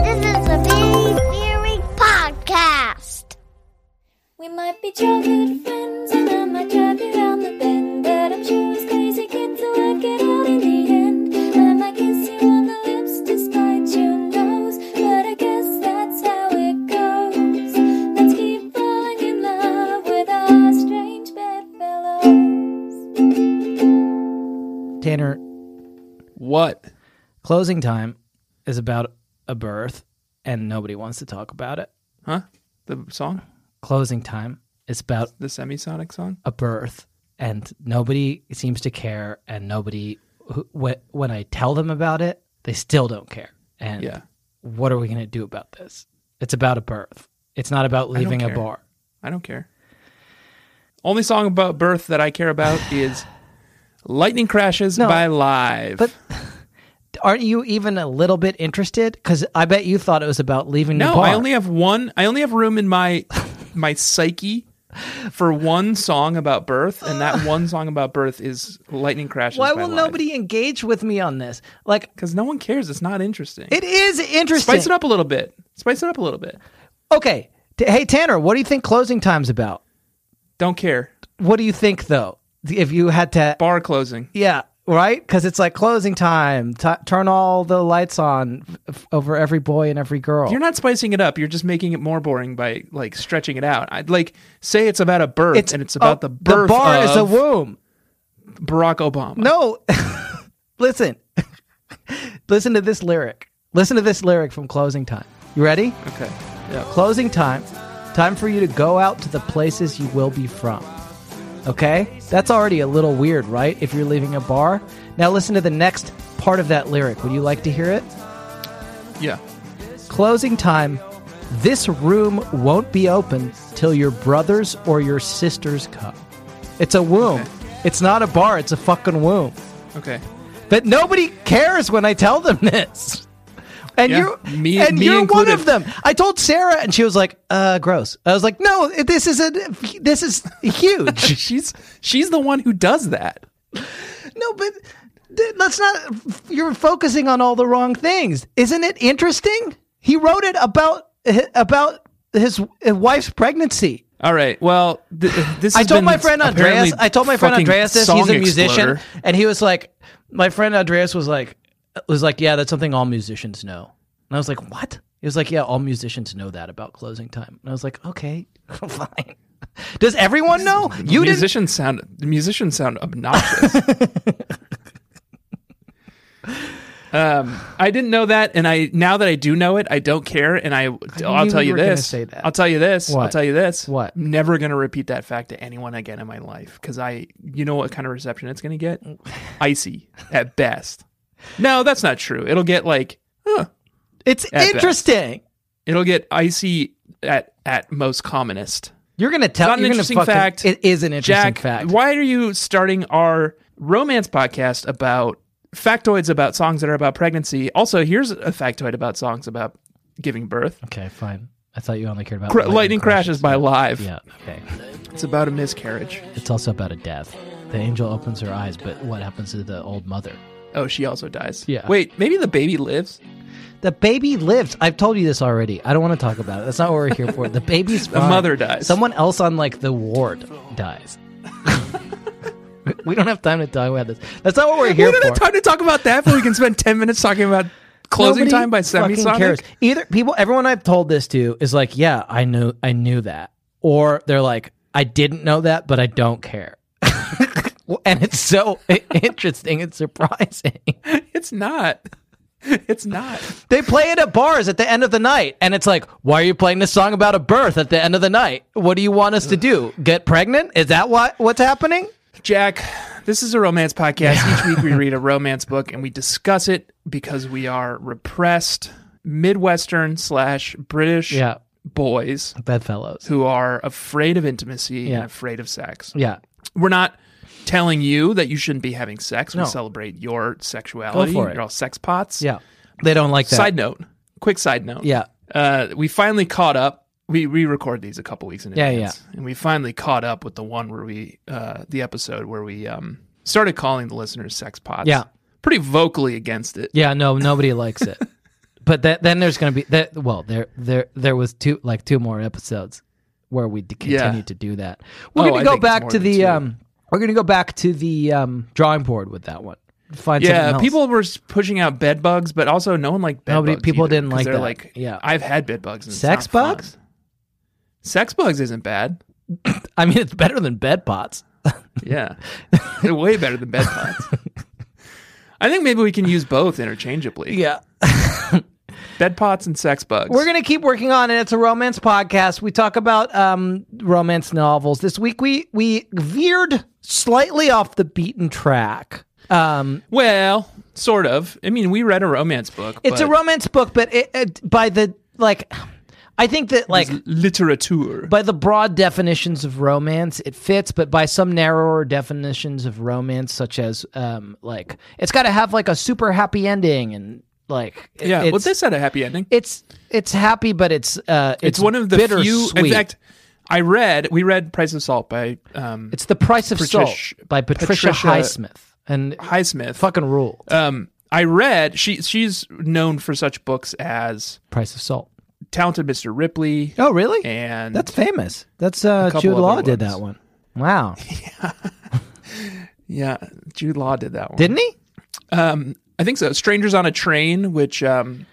This is the Big Theory Podcast. We might be childhood friends, and I might drive you round the bend. But I'm sure as crazy kids will work it out in the end. I might kiss you on the lips despite your nose. But I guess that's how it goes. Let's keep falling in love with our strange bedfellows. Tanner, What? closing time is about a birth and nobody wants to talk about it. Huh? The song? Closing time is about The semisonic song? a birth and nobody seems to care and nobody who- wh- when I tell them about it, they still don't care. And Yeah. what are we going to do about this? It's about a birth. It's not about don't leaving a care. bar. I don't care. Only song about birth that I care about is Lightning Crashes No, by Live. but- Aren't you even a little bit interested? Because I bet you thought it was about leaving the no, bar. I only have one I only have room in my my psyche for one song about birth, and that one song about birth is Lightning Crashes. Why will nobody engage with me on this? Like, Because no one cares. It's not interesting. it is interesting. Spice it up a little bit. Spice it up a little bit. Okay. T- hey, Tanner, what do you think closing time's about? Don't care. What do you think, though? If you had to. Bar closing. Yeah, right? Because it's like closing time. T- turn all the lights on f- over every boy and every girl. You're not spicing it up. You're just making it more boring by like stretching it out. I'd like say it's about a birth and it's about oh, the birth The bar of is a womb. Barack Obama. No. Listen. Listen to this lyric. Listen to this lyric from closing time. You ready? Okay. Yeah. Closing time. Time for you to go out to the places you will be from. Okay? That's already a little weird, right? If you're leaving a bar. Now listen to the next part of that lyric. Would you like to hear it? Yeah. Closing time. This room won't be open till your brothers or your sisters come. It's a womb. Okay. It's not a bar, it's a fucking womb. Okay. But nobody cares when I tell them this. And Yeah, you're me- and me you're one included. of them. I told Sarah, and she was like, "Uh, gross." I was like, "No, this is a this is huge." She's she's the one who does that. no, but th- let's not. You're focusing on all the wrong things. Isn't it interesting? He wrote it about about his wife's pregnancy. All right. Well, th- this. I has told been my friend Andreas. apparently I told my friend fucking Andreas this. song He's a musician, exploder. and he was like, my friend Andreas was like, was like, yeah, that's something all musicians know. And I was like, what? He was like, yeah, all musicians know that about closing time. And I was like, okay, fine. Does everyone know? You didn't. musicians sound the musicians sound obnoxious. um, I didn't know that, and I now that I do know it, I don't care, and I I'll knew tell you you were gonna this. say that. I'll tell you this. I'll What? tell you this. What? I'm never gonna repeat that fact to anyone again in my life because I you know what kind of reception it's gonna get? Icy at best. No, that's not true. It'll get like It's best. interesting. it'll get icy at at most commonest. You're gonna tell. not an you're gonna interesting fucking, fact. It is an interesting Jack, fact. why are you starting our romance podcast about factoids about songs that are about pregnancy? Also, here's a factoid about songs about giving birth. Okay, fine. I thought you only cared about Cra- lightning, crashes, by Live. Yeah. Okay. It's about a miscarriage. It's also about a death. The angel opens her eyes, but what happens to the old mother? Oh, she also dies. Yeah. Wait, maybe the baby lives. The baby lives. I've told you this already. I don't want to talk about it. That's not what we're here for. The baby's The fine. mother dies. Someone else on like the ward dies. we don't have time to talk about this. That's not what we're here we don't for. have time to talk about that, but we can spend ten minutes talking about closing Nobody time by fucking Semisonic. cares. Either people, everyone I've told this to is like, yeah, I knew, I knew that, or they're like, I didn't know that, but I don't care. and it's so interesting and surprising. It's not. It's not. They play it at bars at the end of the night, and it's like, why are you playing this song about a birth at the end of the night? What do you want us to do? Get pregnant? Is that what what's happening? Jack, This is a romance podcast. Each week we read a romance book and we discuss it because we are repressed Midwestern slash British Yeah. boys Bedfellows. who are afraid of intimacy Yeah. and afraid of sex. Yeah. We're not telling you that you shouldn't be having sex. No. We celebrate your sexuality. Go for it. You're all sex pots. Yeah. They don't like that. Side note, quick side note. Yeah. Uh, we finally caught up. We we record these a couple weeks in Yeah, advance, and we finally caught up with the one where we uh, the episode where we um, started calling the listeners sex pots. Yeah. pretty vocally against it. Yeah, no, nobody likes it. But that, then there's going to be that. Well, there there there was two like two more episodes where we d- Yeah. continue to do that. We're Oh, going I to go think it's back more to than the two. um. We're going to go back to the um drawing board with that one. Find something Yeah, else. people were s- pushing out bed bugs, but also no one liked bed Nobody- bugs. people either, didn't 'cause like they're that. like, Yeah. I've had bed bugs. And it's Sex not fun." bugs? Sex bugs isn't bad. I mean, it's better than bed pots. Yeah, they're way better than bed bugs. I think maybe we can use both interchangeably. Yeah. Bed pots and sex bugs. We're going to keep working on it. It's a romance podcast. We talk about um, romance novels. This week we we veered slightly off the beaten track. Um, Well, sort of. I mean, we read a romance book. it's but a romance book, but it, it, by the like, I think that like it's literature. by the broad definitions of romance, it fits, but by some narrower definitions of romance, such as um, like it's got to have like a super happy ending and like it- yeah, it's, well, this had a happy ending. it's it's happy, but it's uh, it's, It's one of the bitter few. In fact, I read we read Price of Salt by um, It's The Price of Patricia- Salt by Patricia, Patricia- Highsmith. And Highsmith. fucking rule. Um, I read she she's known for such books as Price of Salt. Talented Mr. Ripley. Oh, really? and That's famous. That's uh, couple Jude other Law did ones. that one. Wow. yeah, Jude Law did that one. Didn't he? I think so. Strangers on a Train, which um,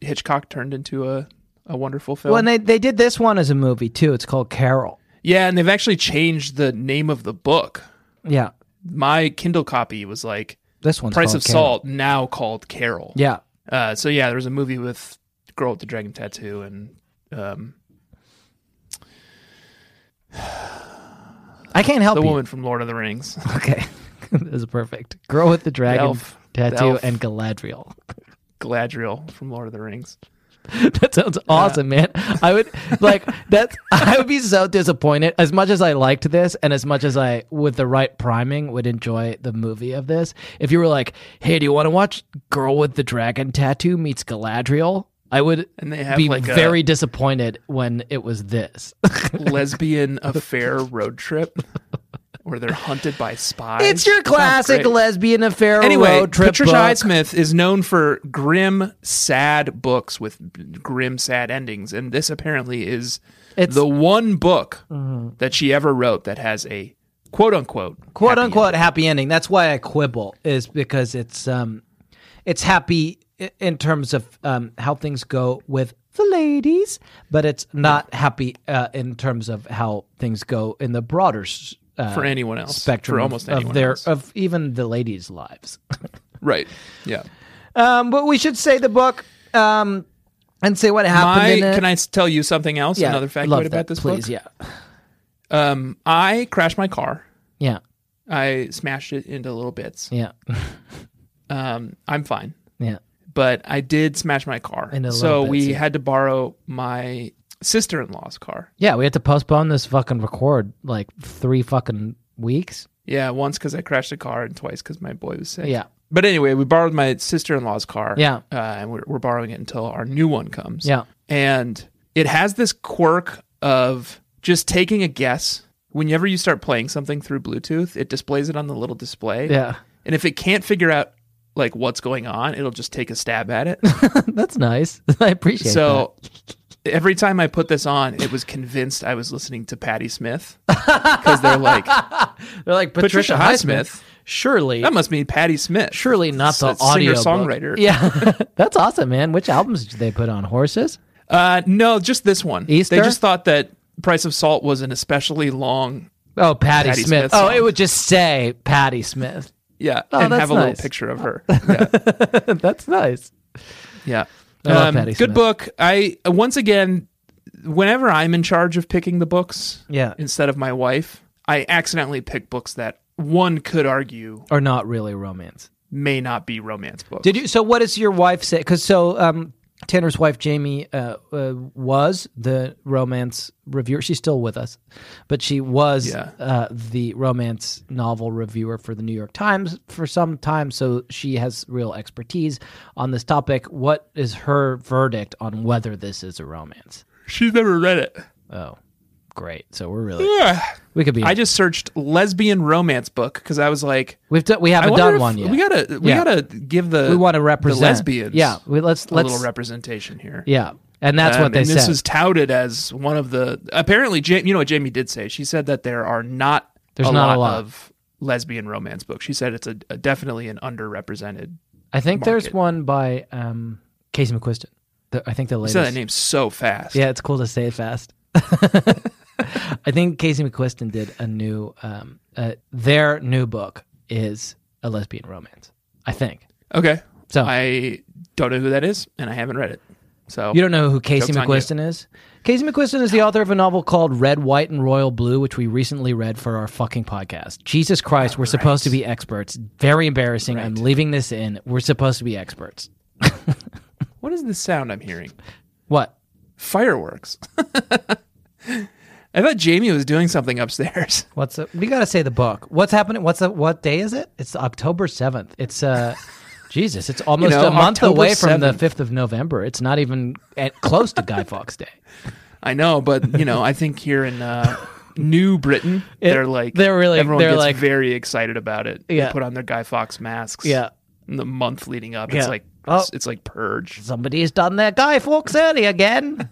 Hitchcock turned into a a wonderful film. Well, and they, they did this one as a movie too. It's called Carol. yeah, and they've actually changed the name of the book. Yeah. My Kindle copy was like This one's Price called of Carol. Salt, now called Carol. Yeah. Uh, so yeah, there was a movie with girl with the dragon tattoo and um, I can't help the you. woman from Lord of the Rings. Okay. this is perfect. Girl with the dragon elf. The tattoo elf. and Galadriel. Galadriel from Lord of the Rings. that sounds awesome, man. I would like that's I would be so disappointed. As much as I liked this, and as much as I, with the right priming, would enjoy the movie of this. If you were like, "Hey, do you want to watch Girl with the Dragon Tattoo meets Galadriel?" I would And they have be like a- very disappointed when it was this. Lesbian affair road trip where they're hunted by spies. it's your Sounds classic great. lesbian affair Anyway, road trip Patricia book. Highsmith is known for grim, sad books with grim, sad endings, and this apparently is It's- Mm-hmm. the one book that she ever wrote that has a quote unquote quote unquote happy ending. That's why I quibble is because it's um, it's happy i- in terms of um, how things go with the ladies, but it's not happy uh, in terms of how things go in the broader s- uh, for anyone else spectrum for of- almost of, anyone their else. of even the ladies' lives. right yeah um, but we should say the book um, and say what happened. my in it. can i s- tell you something else Yeah, another factoid love about that, this please? book Yeah, um i crashed my car yeah, i smashed it into little bits yeah, um i'm fine yeah. but i did smash my car Into little so bits, we yeah. had to borrow my sister-in-law's car Yeah, we had to postpone this fucking record like three fucking weeks. yeah once because i crashed the car and twice because my boy was sick Yeah. but anyway we borrowed my sister-in-law's car Yeah. uh, and we're, we're borrowing it until our new one comes Yeah. and it has this quirk of just taking a guess. Whenever you start playing something through Bluetooth, it displays it on the little display. Yeah. And if it can't figure out like what's going on, it'll just take a stab at it. That's nice. I appreciate so every time I put this on, it was convinced I was listening to Patti Smith because they're like that. They're like Patricia Highsmith. Surely, That must mean Patti Smith. surely not the S- audio singer-songwriter. Yeah, that's awesome, man. Which albums did they put on? Horses. Uh, no, just this one. Easter? They just thought that Price of Salt was an especially long Oh, Patty, Patti Smith. Smith Oh, song. it would just say Patty Smith. Yeah, Oh, and that's have a little nice. picture of her. Yeah, that's nice. yeah. I Um, love Patti good Smith. book. I once again, whenever I'm in charge of picking the books, Yeah. instead of my wife, I accidentally pick books that one could argue Or not really romance. may not be romance books. Did you? So what does your wife say? Because so um, Tanner's wife Jamie uh, uh, was the romance reviewer. She's still with us, but she was Yeah. uh, the romance novel reviewer for the New York Times for some time. So she has real expertise on this topic. What is her verdict on whether this is a romance? She's never read it. Oh, great. So we're really Yeah. we could be. I just searched lesbian romance book because I was like, we've done we I haven't wonder done if- one yet. We gotta, we Yeah. gotta give the we want to the represent lesbians. Yeah, we, let's a let's little representation here. yeah, and that's Um, what they and said. This is touted as one of the. Apparently, ja- you know what Jamie did say. She said that there are not There's a, not lot a lot. of lesbian romance books. She said it's a, a definitely an underrepresented. I think there's market. one by um, Casey McQuiston. The, I think the I latest. said that name so fast. Yeah, it's cool to say it fast. I think Casey McQuiston did a new. Um, uh, their new book is a lesbian romance. I think. Okay. So- I don't know who that is, and I haven't read it. So You don't know who Casey Joke's on McQuiston is? Casey McQuiston is the author of a novel called Red, White, and Royal Blue, which we recently read for our fucking podcast. Jesus Christ, we're supposed to be experts. Very embarrassing. I'm leaving this in. We're supposed to be experts. What is this sound I'm hearing? What? Fireworks. I thought Jamie was doing something upstairs. What's the, we got to say the book? What's happening? What's the, what day is it? It's October seventh. It's uh, Jesus. It's almost know, a month October away from the 7th. fifth of November. It's not even at, close to Guy Fawkes Day. I know, but you know, I think here in uh, New Britain, It- they're like they're really- everyone they're gets like- very excited about it. Yeah. They put on their Guy Fox masks. Yeah. in the month leading up, Yeah. it's like Oh. it's, it's like purge. Somebody's done their Guy Fawkes early again.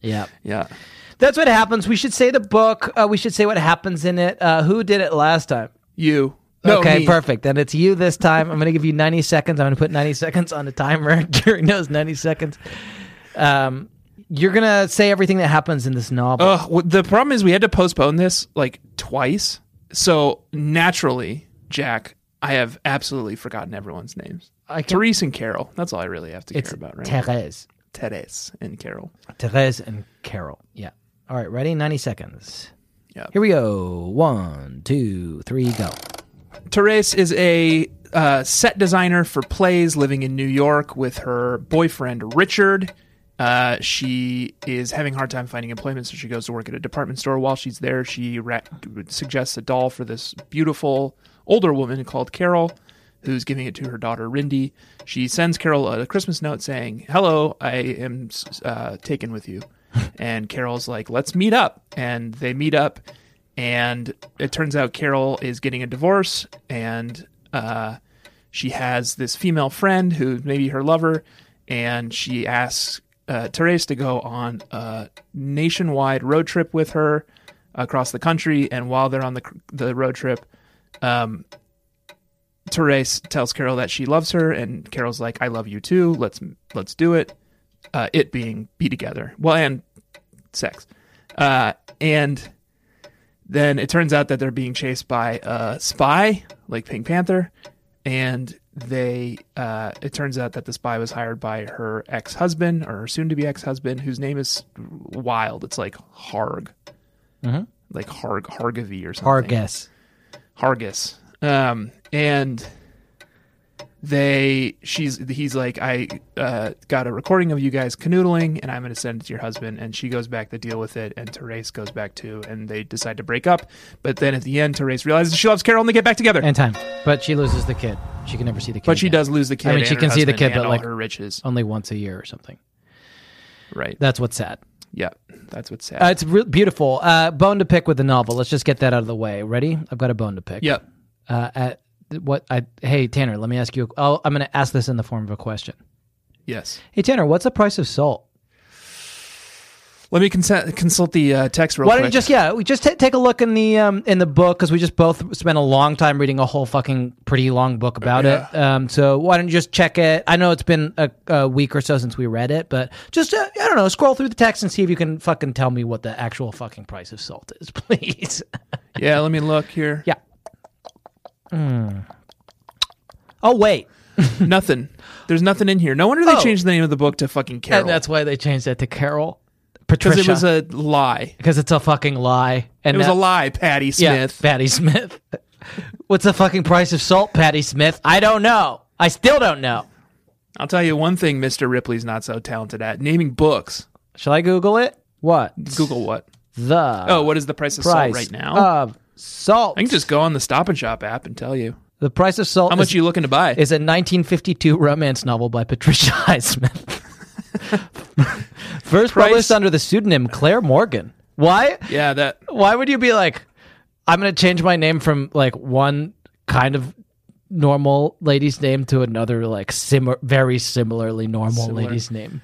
yeah, Yeah, that's what happens. We should say the book. Uh, we should say what happens in it. Uh, who did it last time? you. No, okay, me. perfect. Then it's you this time. I'm going to give you 90 seconds. I'm going to put 90 seconds on a timer during those 90 seconds. Um, you're going to say everything that happens in this novel. Ugh, wh- the problem is we had to postpone this like twice, so naturally, Jack, I have absolutely forgotten everyone's names. I can- Therese and Carol. That's all I really have to It's care about, right? Therese. Therese and Carol. Therese and Carol. Yeah. All right, ready? 90 seconds. Yeah. Here we go. One, two, three, go. Therese is a uh, set designer for plays living in New York with her boyfriend Richard. Uh, she is having a hard time finding employment, so she goes to work at a department store. While she's there, she ra- suggests a doll for this beautiful older woman called Carol, who's giving it to her daughter Rindy. She sends Carol a Christmas note saying, Hello, I am uh, taken with you. and Carol's like, Let's meet up. And they meet up and it turns out Carol is getting a divorce, and uh, she has this female friend who may be her lover, and she asks uh, Therese to go on a nationwide road trip with her across the country. And while they're on the the road trip, um, Therese tells Carol that she loves her, and Carol's like, "I love you too. Let's let's do it." Uh, it being be together, well, and sex, uh, and then it turns out that they're being chased by a spy like pink panther and they uh, it turns out that the spy was hired by her ex-husband or her soon-to-be ex-husband whose name is wild it's like harg like harg hargavy or something Hard guess. Hargis. Um, and they, she's, he's like, I uh, got a recording of you guys canoodling, and I'm going to send it to your husband. And she goes back to deal with it, and Therese goes back too, and they decide to break up. But then at the end, Therese realizes she loves Carol, and they get back together. And time. But she loses the kid. She can never see the kid. but she again. does lose the kid. I mean, she and her can see the husband kid, and but, all like- uh, her riches, Only once a year or something. right? That's what's sad. yeah, that's what's sad. Uh, it's re- beautiful. Uh, bone to pick with the novel. Let's just get that out of the way. Ready? I've got a bone to pick. yep. Uh, at what I hey Tanner, let me ask you. i I'm going to ask this in the form of a question. Yes. Hey Tanner, what's the price of salt? Let me consult, consult the uh, text real Why quick. don't you just yeah, we just ta take a look in the um, in the book because we just both spent a long time reading a whole fucking pretty long book about it. Um, so why don't you just check it? I know it's been a, a week or so since we read it, but just uh, I don't know, scroll through the text and see if you can fucking tell me what the actual fucking price of salt is, please. yeah, let me look here. yeah. Hmm. Oh wait, Nothing. There's nothing in here. No wonder they Oh. changed the name of the book to fucking Carol. and that's why they changed that to Carol. because Patricia. it was a lie. because it's a fucking lie. And It was that- a lie, Patty Yeah, Smith. Patty Smith. What's the fucking price of salt, Patty Smith? I don't know. I still don't know. I'll tell you one thing Mr. Ripley's not so talented at naming books. Shall I Google it? What? Google what? The Oh, what is the price of price Uh, salt right now? of salt. I can just go on the Stop and Shop app and tell you. the price of salt How much is, are you looking to buy? is a 1952 romance novel by Patricia Highsmith. First Price- published under the pseudonym Claire Morgan. Why? yeah, that Why would you be like, I'm going to change my name from like one kind of normal lady's name to another like sim- very similarly normal lady's name?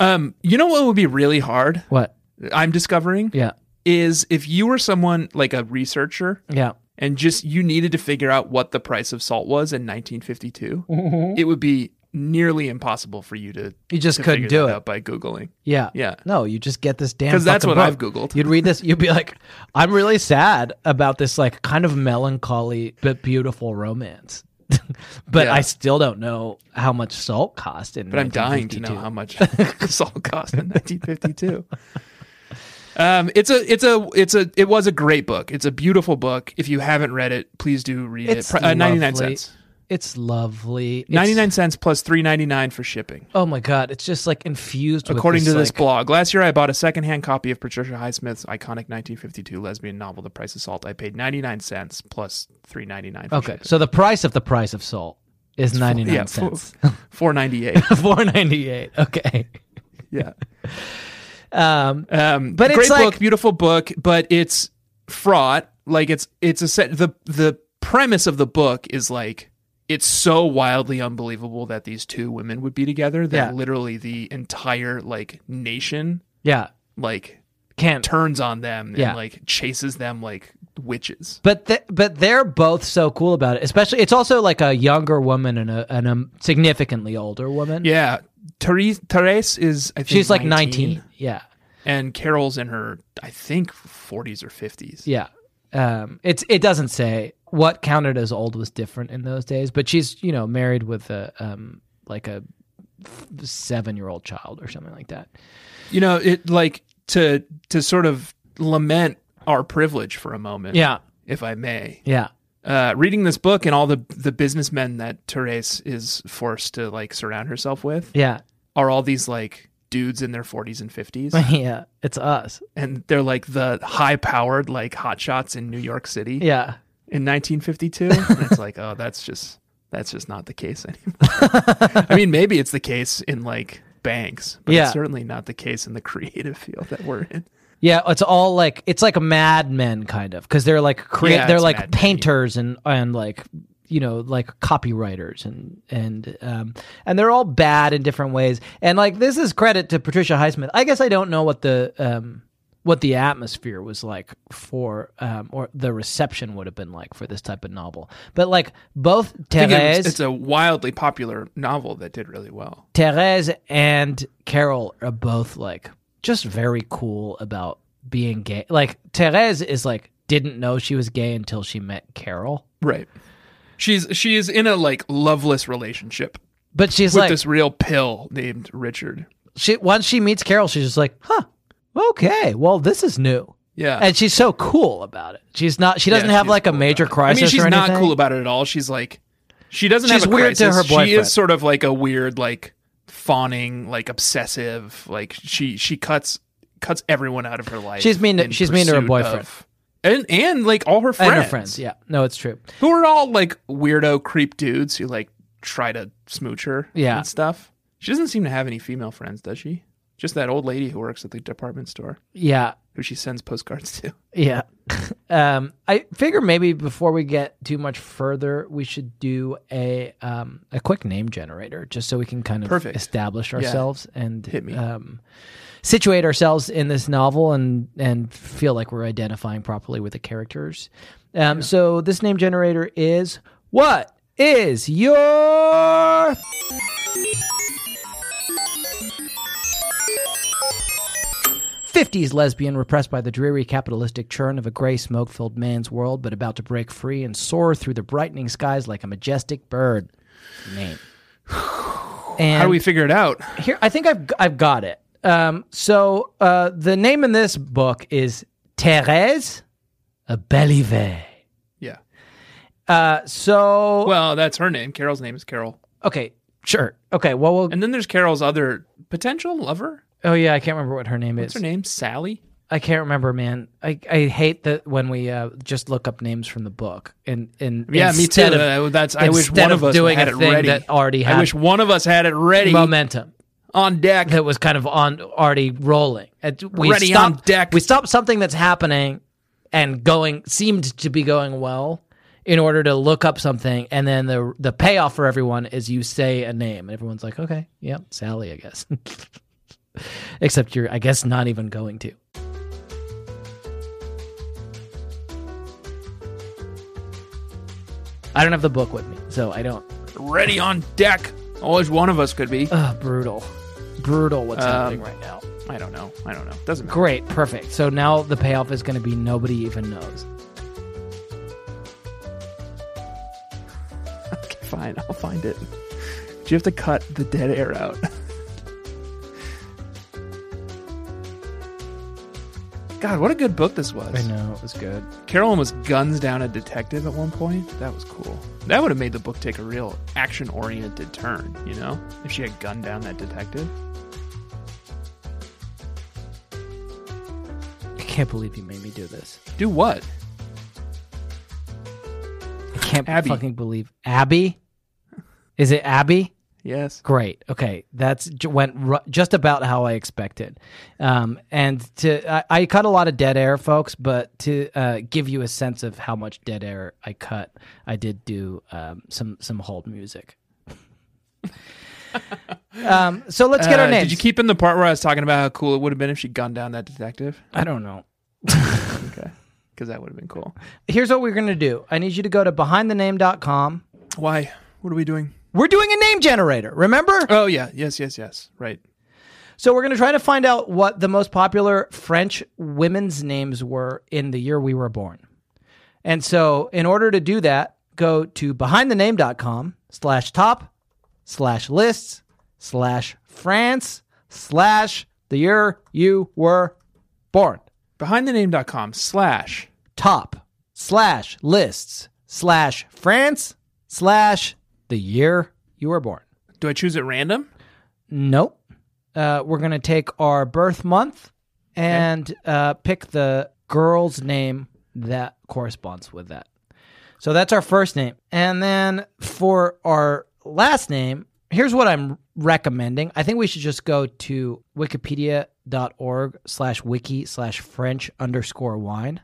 um you know what would be really hard? What? I'm discovering Yeah. is if you were someone like a researcher Yeah. and just you needed to figure out what the price of salt was in 1952, Mm-hmm. it would be nearly impossible for you to You just to couldn't figure do that it. out by googling. Yeah. Yeah. No, you just get this damn. 'Cause that's fucking what I've book. Googled. You'd read this, you'd be like, I'm really sad about this, like, kind of melancholy but beautiful romance. but Yeah. I still don't know how much salt cost in But I'm dying to know how much salt cost in 1952. Um, it's a, it's a, it's a, it was a great book. It's a beautiful book. If you haven't read it, please do read It's it. Pri- uh, 99 lovely. cents. It's lovely. It's- 99 cents plus 3.99 for shipping. Oh my God. It's just like infused with According to this like- blog, last year I bought a secondhand copy of Patricia Highsmith's iconic 1952 lesbian novel, The Price of Salt. I paid 99 cents plus 3.99. For Okay. So the price of the price of salt is 99 yeah, four- cents. 4.98. 498. Okay. yeah. Um, Um, But but great it's like- book, beautiful book, but it's fraught. Like it's it's a set. The the premise of the book is like it's so wildly unbelievable that these two women would be together that Yeah. literally the entire like nation yeah. like Can't turns on them Yeah. and like chases them like witches. But th- but they're both so cool about it. Especially, it's also like a younger woman and a and a significantly older woman. Yeah, Therese, Therese is I think she's like nineteen. Yeah, and Carol's in her I think 40s or 50s. yeah. Um, it's it doesn't say what counted as old was different in those days, but she's you know married with a um like a seven year old child or something like that. you know it like to to sort of lament our privilege for a moment Yeah. if i may Yeah, uh reading this book and all the the businessmen that therese is forced to like surround herself with yeah, are all these like dudes in their 40s and 50s yeah. It's us. and they're like the high powered like hotshots in new york city Yeah. in 1952 and it's like oh that's just that's just not the case anymore i mean maybe it's the case in like banks but Yeah. it's certainly not the case in the creative field that we're in Yeah, it's all like it's like a Mad Men kind of because they're like crea- Yeah, they're it's like Mad Men, yeah. painters and and like you know like copywriters and and um and they're all bad in different ways and like this is credit to Patricia Highsmith. I guess I don't know what the um what the atmosphere was like for um or the reception would have been like for this type of novel, but like both I think it was- Therese it's a wildly popular novel that did really well. Therese and Carol are both like just very cool about being gay. Like Therese is like didn't know she was gay until she met Carol. Right. She's she is in a like loveless relationship But she's with like this real pill named Richard. she once she meets Carol, she's just like, huh, okay, well this is new. Yeah. And she's so cool about it. She's not she Yeah, doesn't have she's like a cool major about it. I crisis mean, she's or anything. not cool about it at all. She's like she doesn't She's have a weird to crisis. her She boyfriend. is sort of like a weird like fawning, like obsessive, like she she cuts cuts everyone out of her life. She's mean to- in she's mean to her pursuit boyfriend. of- and and like all her friends. And her friends, yeah. No, it's true. who are all like weirdo creep dudes who like try to smooch her Yeah. and stuff. She doesn't seem to have any female friends, does she? Just that old lady who works at the department store Yeah. who she sends postcards to. Yeah. Um, I figure maybe before we get too much further, we should do a um, a quick name generator just so we can kind of Perfect. establish ourselves and Hit me. Um, situate ourselves in this novel and and feel like we're identifying properly with the characters. Um, So this name generator is what is your Fifties lesbian repressed by the dreary capitalistic churn of a gray smoke filled man's world, but about to break free and soar through the brightening skies like a majestic bird. Name. And How do we figure it out? here I think I've I've got it. Um, so uh, the name in this book is Thérèse Belivet. Yeah. Uh, so Well, that's her name. Carol's name is Carol. okay, sure. Okay, well, we'll. And then there's Carol's other potential lover. Oh yeah, I can't remember what her name What's is. her name? Sally. I can't remember, man. I, I hate that when we uh, just look up names from the book and and Yeah, me too. instead of- Uh, that's I wish instead one of us doing had a it thing ready. that already I had wish one of us had it ready momentum on deck. that was kind of on already rolling. And We Ready stopped, on deck. We stopped something that's happening and going seemed to be going well in order to look up something, and then the the payoff for everyone is you say a name, and everyone's like, okay, yeah, Sally, I guess. Except you're, I guess, not even going to. I don't have the book with me, so I don't. ready on deck. I wish one of us could be. Ugh, brutal, brutal. What's Um, happening right now? I don't know. I don't know. Doesn't matter. Great, perfect. So now the payoff is going to be nobody even knows. Okay, fine. I'll find it. Do you have to cut the dead air out? God, what a good book this was. know it was good. Carolyn was guns down a detective at one point. That was cool. That would have made the book take a real action oriented turn, you know? If she had gunned down that detective. I can't believe you made me do this. Do what? I can't Abby. fucking believe Abby. Is it Abby? Yes. Great. Okay, that's j- went ru- just about how I expected. Um, and to I, I cut a lot of dead air, folks. But to uh, give you a sense of how much dead air I cut, I did do um, some some hold music. um, so let's get Uh, our names. Did you keep in the part where I was talking about how cool it would have been if she gunned down that detective? I don't know. Okay. Because that would have been cool. here's what we're going to do. I need you to go to behindthename.com. Why? What are we doing? We're doing a name generator, remember? Oh, yeah. Yes, yes, yes. Right. So we're going to try to find out what the most popular French women's names were in the year we were born. And so in order to do that, go to behindthename.com slash top slash lists slash France slash the year you were born. BehindTheName.com slash. Top slash lists slash France slash the year you were born. Do I choose at random? Nope. Uh, we're going to take our birth month and uh, pick the girl's name that corresponds with that. So that's our first name. And then for our last name, here's what I'm recommending. I think we should just go to wikipedia.org slash wiki slash French underscore wine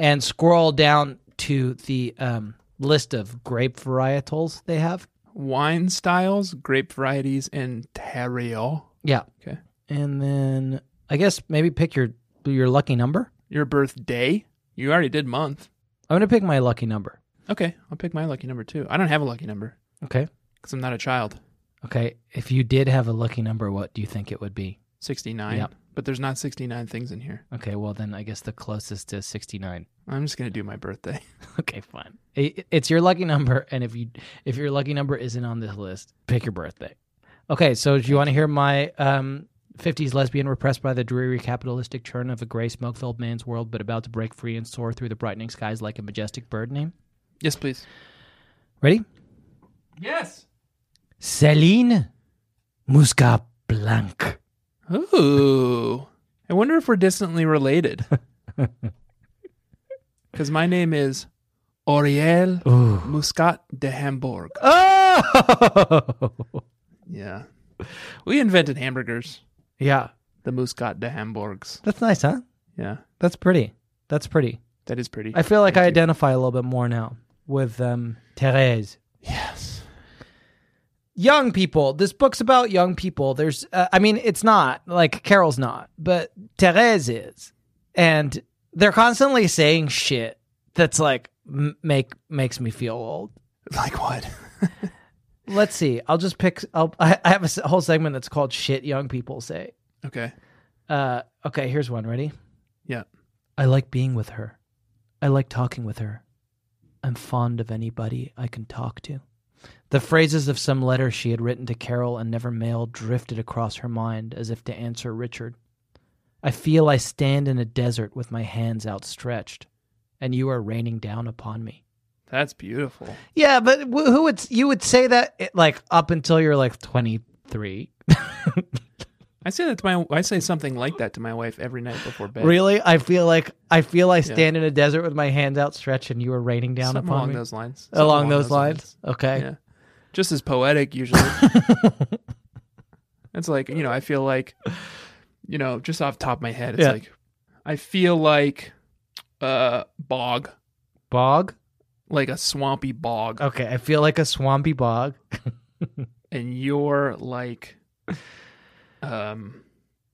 and scroll down to the um, list of grape varietals they have. Wine styles, grape varieties, and terroir. Yeah. Okay. And then I guess maybe pick your your lucky number. Your birthday? You already did month. I'm gonna pick my lucky number. Okay, I'll pick my lucky number too. I don't have a lucky number Okay. because I'm not a child. Okay. If you did have a lucky number, what do you think it would be? 69. Yep. But there's not 69 things in here. Okay. Well, then I guess the closest is 69. I'm just going to do my birthday. Okay, fine. I- It's your lucky number, and if you if your lucky number isn't on this list, pick your birthday. Okay. So do you want to hear my um? 50s lesbian repressed by the dreary capitalistic churn of a gray smoke filled man's world, but about to break free and soar through the brightening skies like a majestic bird name. Yes, please. Ready? Yes. Celine Muscat Blanc. Ooh. I wonder if we're distantly related. Because my name is Auriel Muscat de Hamburg. Oh! Yeah. We invented hamburgers, yeah. the Muscat de Hamburgs. That's nice, huh? Yeah. That's pretty. That's pretty. That is pretty. I feel like I Thank you. identify a little bit more now with um, Therese. Yes. Young people. This book's about young people. There's, uh, I mean, it's not like Carol's not, but Therese is, and they're constantly saying shit that's like m- make makes me feel old. Like what? Let's see. I'll just pick. I'll, I I have a s- whole segment that's called "Shit Young People Say." Okay. Uh, okay, here's one. Ready? Yeah. I like being with her. I like talking with her. I'm fond of anybody I can talk to. The phrases of some letter she had written to Carol and never mailed drifted across her mind as if to answer Richard. I feel I stand in a desert with my hands outstretched, and you are raining down upon me. That's beautiful. Yeah, but wh- who would s- you would say that it, like up until you're like 23? I say that to my. I say something like that to my wife every night before bed. Really? I feel like I feel I stand in a desert with my hands outstretched and you are raining down Something upon along me. those lines. Something along, those, lines. Okay. Yeah. Just as poetic usually. it's like, you know, I feel like you know, just off the top of my head, it's Yeah. like I feel like uh bog, Bog? like a swampy bog. Okay, I feel like a swampy bog. And you're like um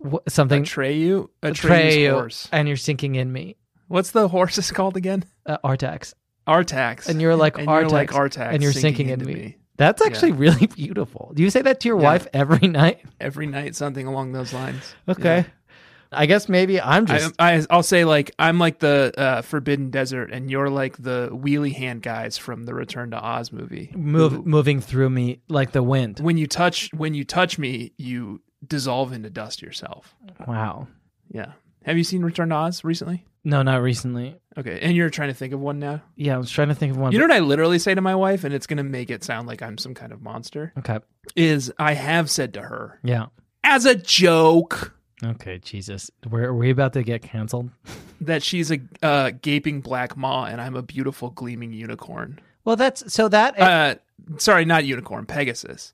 Wh- something Atreyu? Atreyu's Atreyu, horse. and you're sinking in me. What's the horse is called again? Uh, Artax. Artax. And you're like and Artax. You're like Artax And you're sinking, in into me. That's actually really beautiful. Do you say that to your wife every night? Every night something along those lines. Okay. I guess maybe I'm just I, I, I'll say like I'm like the uh, Forbidden Desert, and you're like the wheelie hand guys from the Return to Oz movie. move, moving through me like the wind. When you touch, when you touch me, you dissolve into dust yourself. Wow. Yeah. Have you seen Return to Oz recently? No, not recently. Okay, and you're trying to think of one now. Yeah, I was trying to think of one. You know what I literally say to my wife, and it's gonna make it sound like I'm some kind of monster. okay. Is I have said to her Yeah. as a joke Okay, Jesus. We're, are we about to get canceled? that she's a uh, gaping black maw, and I'm a beautiful gleaming unicorn. Well, that's so that uh, sorry, not unicorn, Pegasus,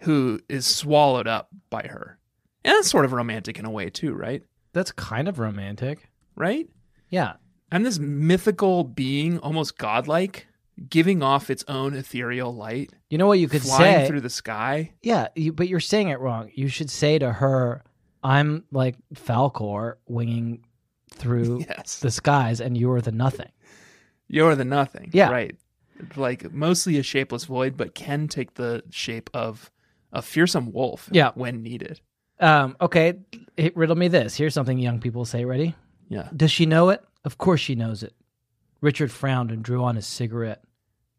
who is swallowed up by her. And that's sort of romantic in a way, too, right? that's kind of romantic. Right? Yeah. I'm this mythical being, almost godlike, giving off its own ethereal light, You know what you could flying say? through the sky. yeah, you, but you're saying it wrong. You should say to her, "I'm like Falcor winging through Yes. the skies, and you are the nothing." You're the nothing. Yeah. Right. Like mostly a shapeless void, but can take the shape of a fearsome wolf Yeah. when needed. Um, okay, hit, riddle me this. Here's something young people say. Ready? Yeah. Does she know it? Of course she knows it. Richard frowned and drew on his cigarette.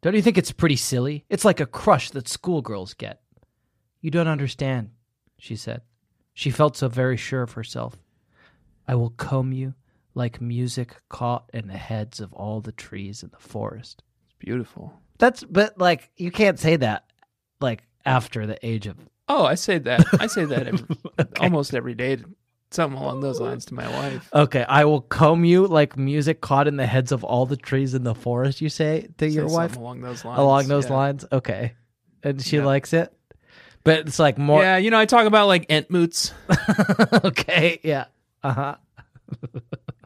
Don't you think it's pretty silly? It's like a crush that schoolgirls get. You don't understand, she said. She felt so very sure of herself. I will comb you like music caught in the heads of all the trees in the forest. It's beautiful. That's, but like, you can't say that, like, after the age of. Oh, I say that. I say that every, almost every day. Something along those lines to my wife. Okay, I will comb you like music caught in the heads of all the trees in the forest, you say to Say your something wife? along those lines. along those yeah. lines. Okay, and she Yeah. likes it, but it's like more. yeah, you know, I talk about like Entmoots, okay, yeah, uh huh.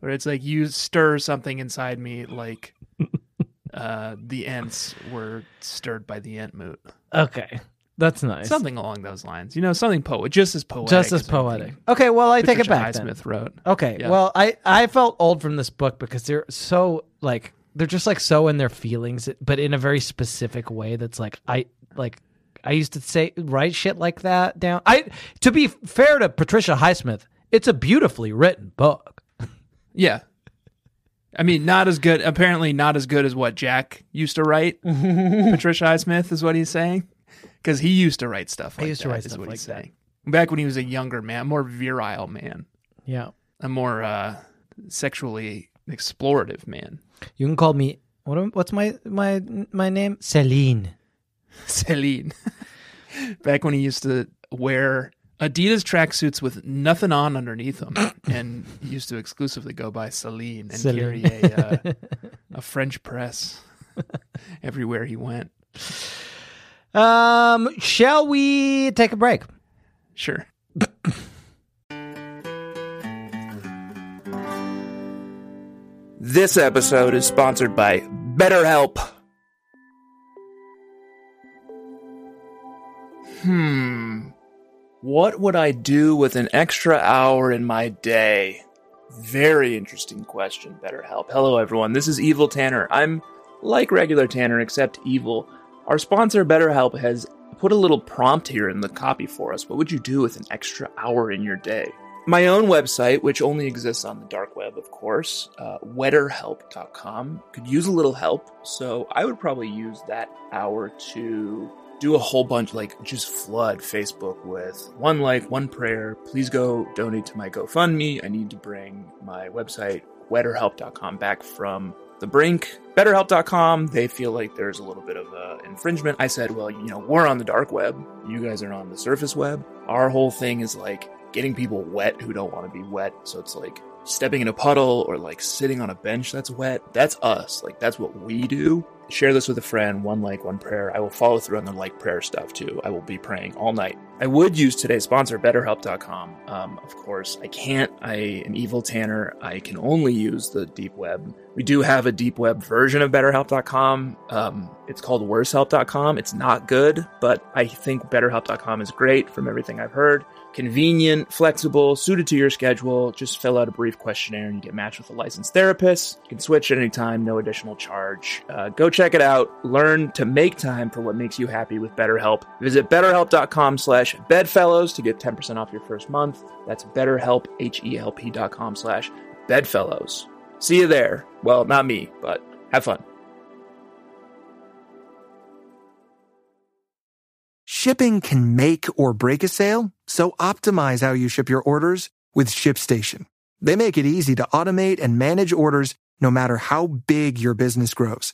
where it's like you stir something inside me, like uh the Ents were stirred by the Entmoot. Okay, that's nice. Something along those lines. You know, something poet, just as poetic, just as anything poetic. Okay, well, I take it Patricia back. then. Highsmith wrote. Okay, Yeah. well, I I felt old from this book because they're so like they're just like so in their feelings, but in a very specific way. That's like I like. I used to say write shit like that down. I to be fair to Patricia Highsmith, it's a beautifully written book. Yeah. I mean, not as good. Apparently, not as good as what Jack used to write. Patricia Highsmith is what he's saying, because he used to write stuff. Like used to that, write is stuff what like he's that. saying. Back when he was a younger man, more virile man, Yeah, a more uh, sexually explorative man. you can call me what? am- What's my my my name? Celine. Celine. Back when he used to wear Adidas tracksuits with nothing on underneath them, and used to exclusively go by Celine and Celine. carry a, uh, a French press everywhere he went. Um, shall we take a break? Sure. This episode is sponsored by BetterHelp. Hmm. What would I do with an extra hour in my day? Very interesting question, BetterHelp. Hello, everyone. This is Evil Tanner. I'm like regular Tanner, except evil. Our sponsor, BetterHelp, has put a little prompt here in the copy for us. What would you do with an extra hour in your day? my own website, which only exists on the dark web, of course, uh, wetterhelp.com, could use a little help. So I would probably use that hour to do a whole bunch, like just flood Facebook with one like, one prayer. Please go donate to my GoFundMe. I need to bring my website, wetterhelp.com, back from the brink, betterhelp.com, they feel like there's a little bit of uh, infringement. I said, well, you know, we're on the dark web. You guys are on the surface web. Our whole thing is like getting people wet who don't want to be wet. So it's like stepping in a puddle or like sitting on a bench that's wet. That's us. Like, that's what we do. Share this with a friend, one like, one prayer. I will follow through on the like prayer stuff too. I will be praying all night. I would use today's sponsor, betterhelp.com. Um, of course, I can't. I am evil Tanner. I can only use the deep web. We do have a deep web version of betterhelp.com. Um, it's called worsehelp.com. It's not good, but I think betterhelp.com is great from everything I've heard. Convenient, flexible, suited to your schedule. Just fill out a brief questionnaire and you get matched with a licensed therapist. You can switch at any time, no additional charge. Uh, go check it out. Learn to make time for what makes you happy with BetterHelp. Visit betterhelp.com slash bedfellows to get 10% off your first month. That's betterhelp, H-E-L-P dot com slash bedfellows. See you there. Well, not me, but have fun. Shipping can make or break a sale, so optimize how you ship your orders with ShipStation. They make it easy to automate and manage orders no matter how big your business grows.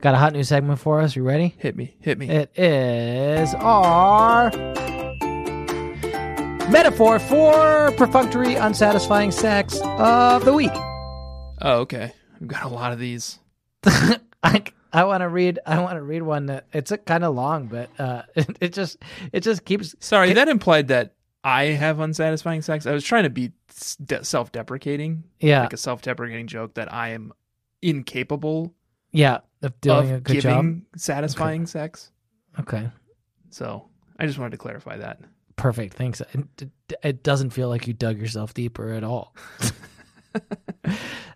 Got a hot new segment for us. You ready? Hit me, hit me. It is our metaphor for perfunctory, unsatisfying sex of the week. Oh, okay. I've got a lot of these. I, I want to read. I want to read one that it's kind of long, but uh, it, it just it just keeps. Sorry, that implied that I have unsatisfying sex. I was trying to be s- de- self-deprecating, Yeah, like a self-deprecating joke that I am incapable yeah, of doing a of good giving job. satisfying sex. Okay, So I just wanted to clarify that. perfect. Thanks. It, it- it doesn't feel like you dug yourself deeper at all.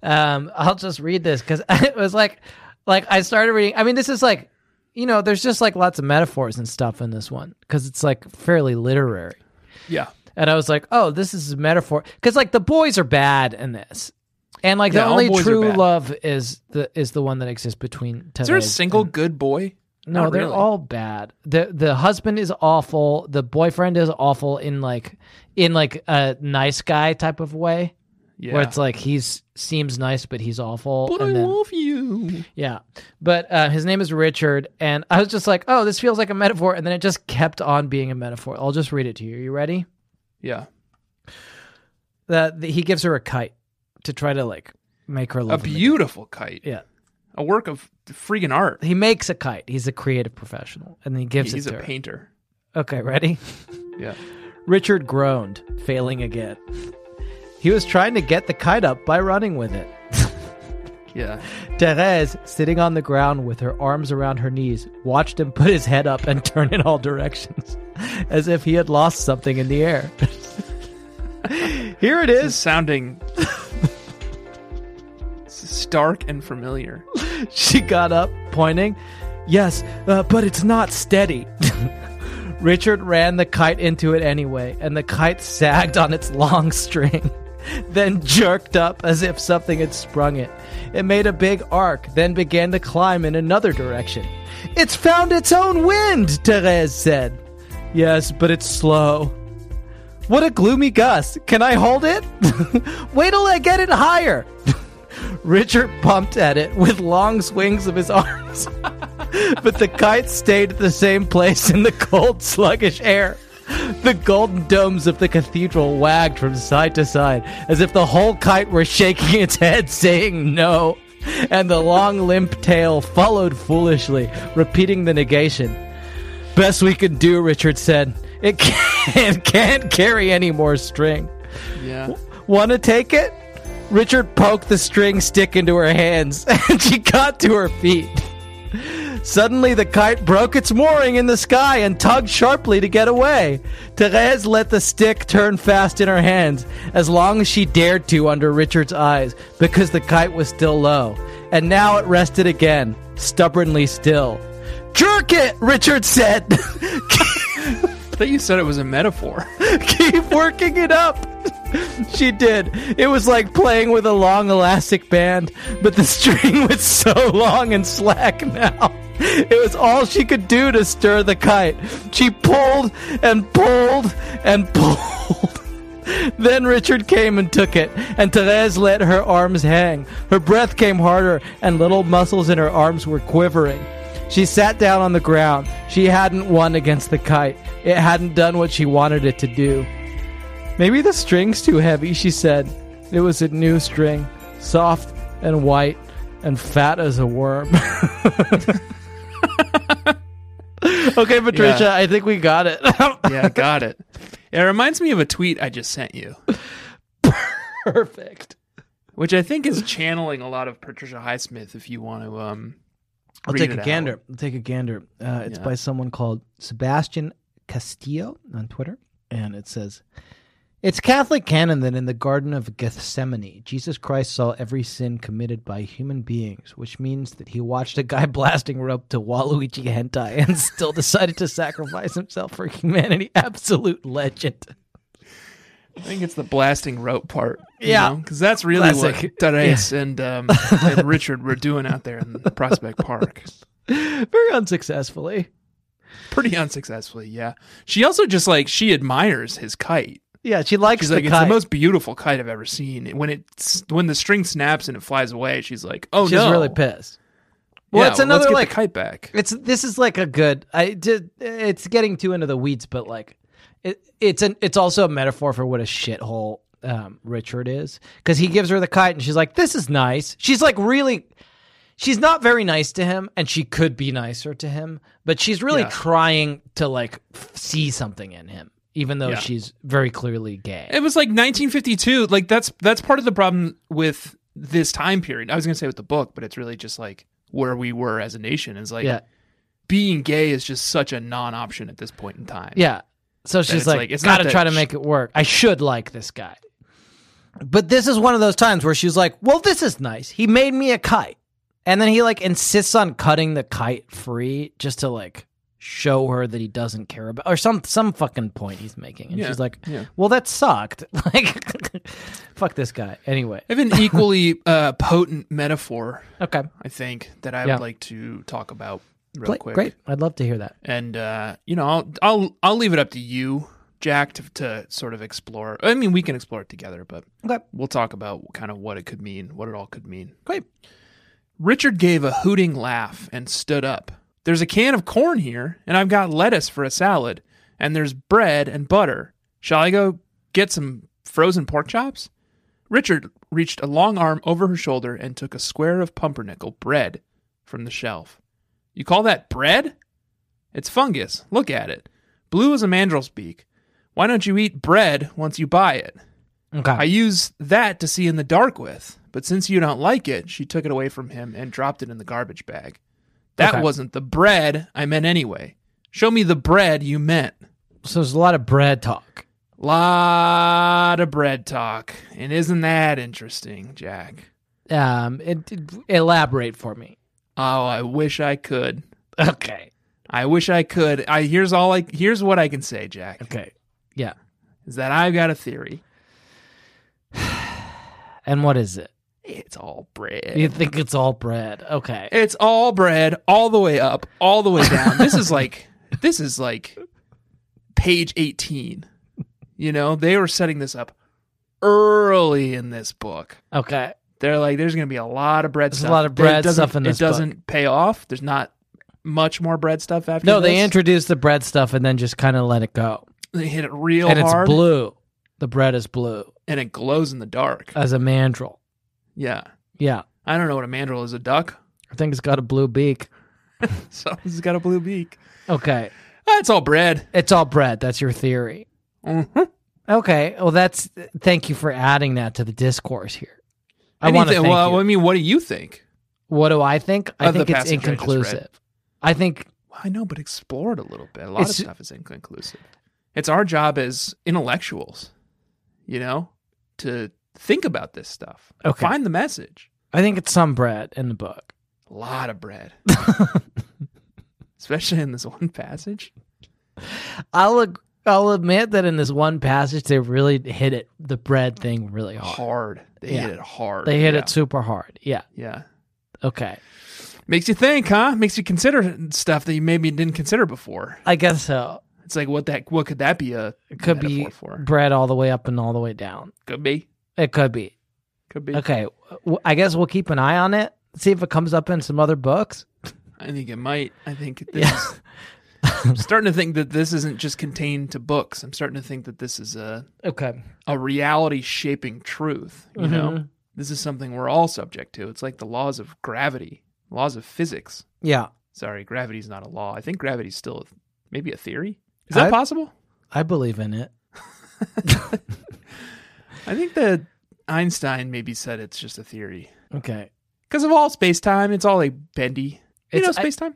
um, I'll just read this because it was like, like I started reading. I mean, this is like, you know, there's just like lots of metaphors and stuff in this one because it's like fairly literary. Yeah. And I was like, oh, this is a metaphor because like the boys are bad in this, and like Yeah, the all only boys are true bad. love is the is the one that exists between. Is there a single good boy? No, Not they're really. all bad. the The husband is awful. The boyfriend is awful in like in like a nice guy type of way, Yeah. where it's like he's seems nice but he's awful. but I and then, love you. yeah, but uh, his name is Richard, and I was just like, oh, this feels like a metaphor, and then it just kept on being a metaphor. I'll just read it to you. You ready? Yeah. That he gives her a kite to try to like make her A love him again. beautiful kite. Yeah, A work of freaking art. he makes a kite. He's a creative professional, and then he gives He's it a to her. painter. Okay, ready? Yeah. Richard groaned, failing again. He was trying to get the kite up by running with it. Yeah. Therese, sitting on the ground with her arms around her knees, watched him put his head up and turn in all directions, as if he had lost something in the air. Here it is is. sounding stark and familiar. She got up, pointing. Yes, uh, but it's not steady. Richard ran the kite into it anyway, and the kite sagged on its long string, then jerked up as if something had sprung it. It made a big arc, then began to climb in another direction. It's found its own wind, Therese said. Yes, but it's slow. What a gloomy gust. Can I hold it? Wait till I get it higher. Richard pumped at it with long swings of his arms but the kite stayed at the same place in the cold, sluggish air. The golden domes of the cathedral wagged from side to side, as if the whole kite were shaking its head, saying no. And the long, limp tail followed foolishly, repeating the negation. Best we can do, Richard said. It can't, it can't carry any more string. Yeah. Want to take it? Richard poked the string stick into her hands, and she got to her feet. Suddenly, the kite broke its mooring in the sky and tugged sharply to get away. Therese let the stick turn fast in her hands, as long as she dared to under Richard's eyes, because the kite was still low. And now it rested again, stubbornly still. Jerk it, Richard said. I thought you said it was a metaphor. keep working it up. She did. It was like playing with a long elastic band, but the string was so long and slack now. It was all she could do to stir the kite. She pulled and pulled and pulled. Then Richard came and took it, and Therese let her arms hang. Her breath came harder, and little muscles in her arms were quivering. She sat down on the ground. She hadn't won against the kite. It hadn't done what she wanted it to do. Maybe the string's too heavy, she said. It was a new string, soft and white and fat as a worm. okay, Patricia, Yeah. I think we got it. Yeah, got it. It reminds me of a tweet I just sent you, Perfect. which I think is channeling a lot of Patricia Highsmith. If you want to, um, I'll read take it a out. gander. I'll take a gander. Uh, it's Yeah. by someone called Sebastian Castillo on Twitter, and it says, "It's Catholic canon that in the Garden of Gethsemane, Jesus Christ saw every sin committed by human beings, which means that he watched a guy blasting rope to Waluigi hentai and still decided to sacrifice himself for humanity. Absolute legend." I think it's the blasting rope part. Yeah. because that's really Classic. what Therese and um, and Richard were doing out there in Prospect Park. Very unsuccessfully. Pretty unsuccessfully, yeah. She also just like she admires his kite. Yeah, she likes She's the like, it's kite. the most beautiful kite I've ever seen. When it when the string snaps and it flies away, she's like, oh She's no, really pissed. Yeah, Well, it's let's another get like the kite back. It's this is like a good. I did. It's getting too into the weeds, but like, it, it's an. It's also a metaphor for what a shithole um, Richard is, because he gives her the kite, and she's like, "This is nice." She's like, really. She's not very nice to him, and she could be nicer to him, but she's really Yeah. trying to like f- see something in him, even though Yeah. she's very clearly gay. It was like 1952. Like that's that's part of the problem with this time period. I was gonna say with the book, but it's really just like where we were as a nation. Is like yeah, being gay is just such a non-option at this point in time. yeah. So she's it's like, like- it's not gotta that try to sh- make it work. I should like this guy. But this is one of those times where she's like, "Well, this is nice. He made me a kite." And then he like insists on cutting the kite free just to like show her that he doesn't care about or some some fucking point he's making. And Yeah, she's like, yeah. "Well, that sucked." Like fuck this guy. Anyway. I have an equally uh, potent metaphor, Okay. I think, that I Yeah. would like to talk about real Great, quick. great. I'd love to hear that. and uh, you know, I'll, I'll I'll leave it up to you, Jack, to, to sort of explore. I mean, we can explore it together, but Okay. we'll talk about kind of what it could mean, what it all could mean. Great. Richard gave a hooting laugh and stood up. There's a can of corn here, and I've got lettuce for a salad, and there's bread and butter. Shall I go get some frozen pork chops? Richard reached a long arm over her shoulder and took a square of pumpernickel bread from the shelf. You call that bread? It's fungus. Look at it. Blue as a mandrel's beak. Why don't you eat bread once you buy it? Okay. I use that to see in the dark with, but since you don't like it, she took it away from him and dropped it in the garbage bag. That Okay. wasn't the bread I meant anyway. Show me the bread you meant. so there's a lot of bread talk. Lot of bread talk. And isn't that interesting, Jack? Um it, elaborate for me. Oh, I wish I could. Okay. I wish I could. I here's all I here's what I can say, Jack. Okay. Yeah. Is that I've got a theory. And what is it? It's all bread. You think it's all bread. Okay. It's all bread, all the way up, all the way down. This is like this is like page 18. You know, they were setting this up early in this book. Okay. They're like, there's going to be a lot of bread There's a stuff. lot of It bread doesn't- stuff in this It doesn't pay off. There's not much more bread stuff after. No, they this. introduced the bread stuff and then just kind of let it go. They hit it real and it's hard, blue. The bread is blue and it glows in the dark. as a mandrel. yeah, Yeah. I don't know what a mandrel is. A duck. I think it's got a blue beak. So it's got a blue beak. Okay. That's all bread. It's all bread. That's your theory. hmm Okay. Well, that's thank you for adding that to the discourse here. I Anything- want to thank well, you. I mean, what do you think? What do I think? I Of the think it's passage I just read. inconclusive. I think Well, I know, but explore it a little bit. A lot It's- of stuff is inconclusive. It's our job as intellectuals, you know, to think about this stuff. Okay. Find the message. I think it's some bread in the book. A lot of bread. Especially in this one passage. I'll ag- I'll admit that in this one passage they really hit it the bread thing really hard. Hard. They Yeah. hit it hard. They hit Yeah. it super hard. Yeah. Yeah. Okay. Makes you think, huh? Makes you consider stuff that you maybe didn't consider before. I guess so. It's like what that what could that be a It could be metaphor for? bread all the way up and all the way down. Could be. It could be. Could be. Okay. W- I guess we'll keep an eye on it. See if it comes up in some other books. I think it might. I think this is- I'm starting to think that this isn't just contained to books. I'm starting to think that this is a Okay. a reality shaping truth. You Mm-hmm. know, this is something we're all subject to. It's like the laws of gravity, laws of physics. Yeah. Sorry, gravity's not a law. I think gravity's still a, maybe a theory. Is that I- possible? I believe in it. I think that Einstein maybe said it's just a theory Okay. because of all space time. It's all like bendy. You It's- know, I- space time.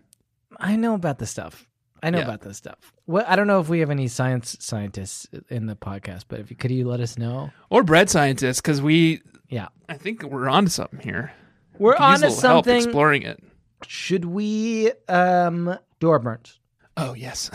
I know about this stuff. I know Yeah. about this stuff. Well, I don't know if we have any science scientists in the podcast, but if you could you let us know? Or bread scientists, because we, Yeah. I think we're onto something here. We're Could use a onto little help something. exploring it. Should we um door burns? Oh yes,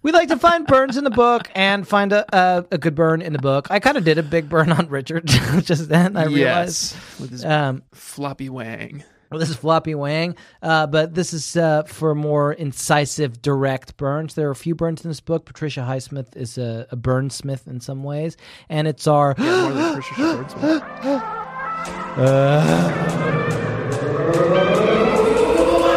We like to find burns in the book and find a a, a good burn in the book. I kind of did a big burn on Richard just then. I realized. with his Um, floppy wang. Well, this is Floppy Wang, uh, but this is uh, for more incisive, direct burns. There are a few burns in this book. Patricia Highsmith is a, a burn smith in some ways, and it's our Yeah, more like Patricia Short's one.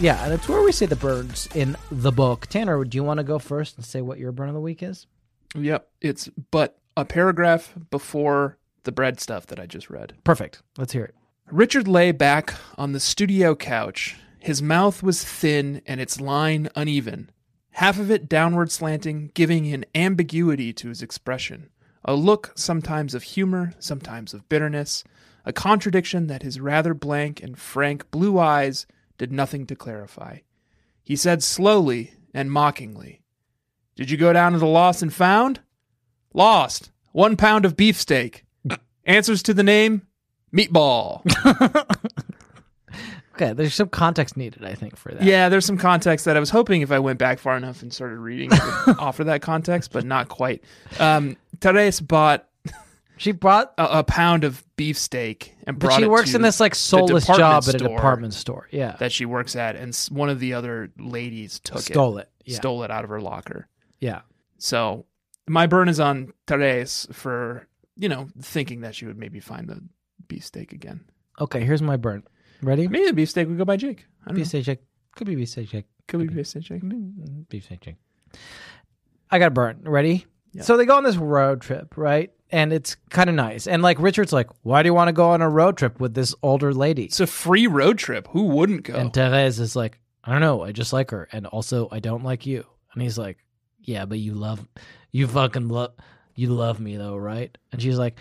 yeah, and it's where we say the burns in the book. Tanner, do you want to go first and say what your burn of the week is? Yep, it's but a paragraph before the bread stuff that I just read. Perfect. Let's hear it. Richard lay back on the studio couch. His mouth was thin and its line uneven, half of it downward slanting, giving an ambiguity to his expression, a look sometimes of humor, sometimes of bitterness, a contradiction that his rather blank and frank blue eyes did nothing to clarify. He said slowly and mockingly, Did you go down to the lost and found? Lost. One pound of beefsteak. Answers to the name? Meatball. Okay, there's some context needed, I think, for that. Yeah, there's some context that I was hoping if I went back far enough and started reading, it would offer that context, but not quite. Um, Therese bought She brought, a, a pound of beefsteak and but brought she it works to in this like the soulless job department at a store department store. Yeah. that she works at, and s- one of the other ladies took Stole it. Yeah. stole it out of her locker. yeah. So my burn is on Therese for you know thinking that she would maybe find the beefsteak again. Okay, here's my burn. Ready? Maybe the beefsteak would go by Jake. I don't know. Beef steak check. Could be beef steak check. Could be beefsteak Jake. beef steak chicken. I got burnt. Ready? So they go on this road trip, right? And it's kind of nice. And like Richard's like, why do you want to go on a road trip with this older lady? It's a free road trip. Who wouldn't go? and Therese is like, I don't know. I just like her. And also, I don't like you. And he's like, yeah, but you love, you fucking love, you love me though, right? And she's like,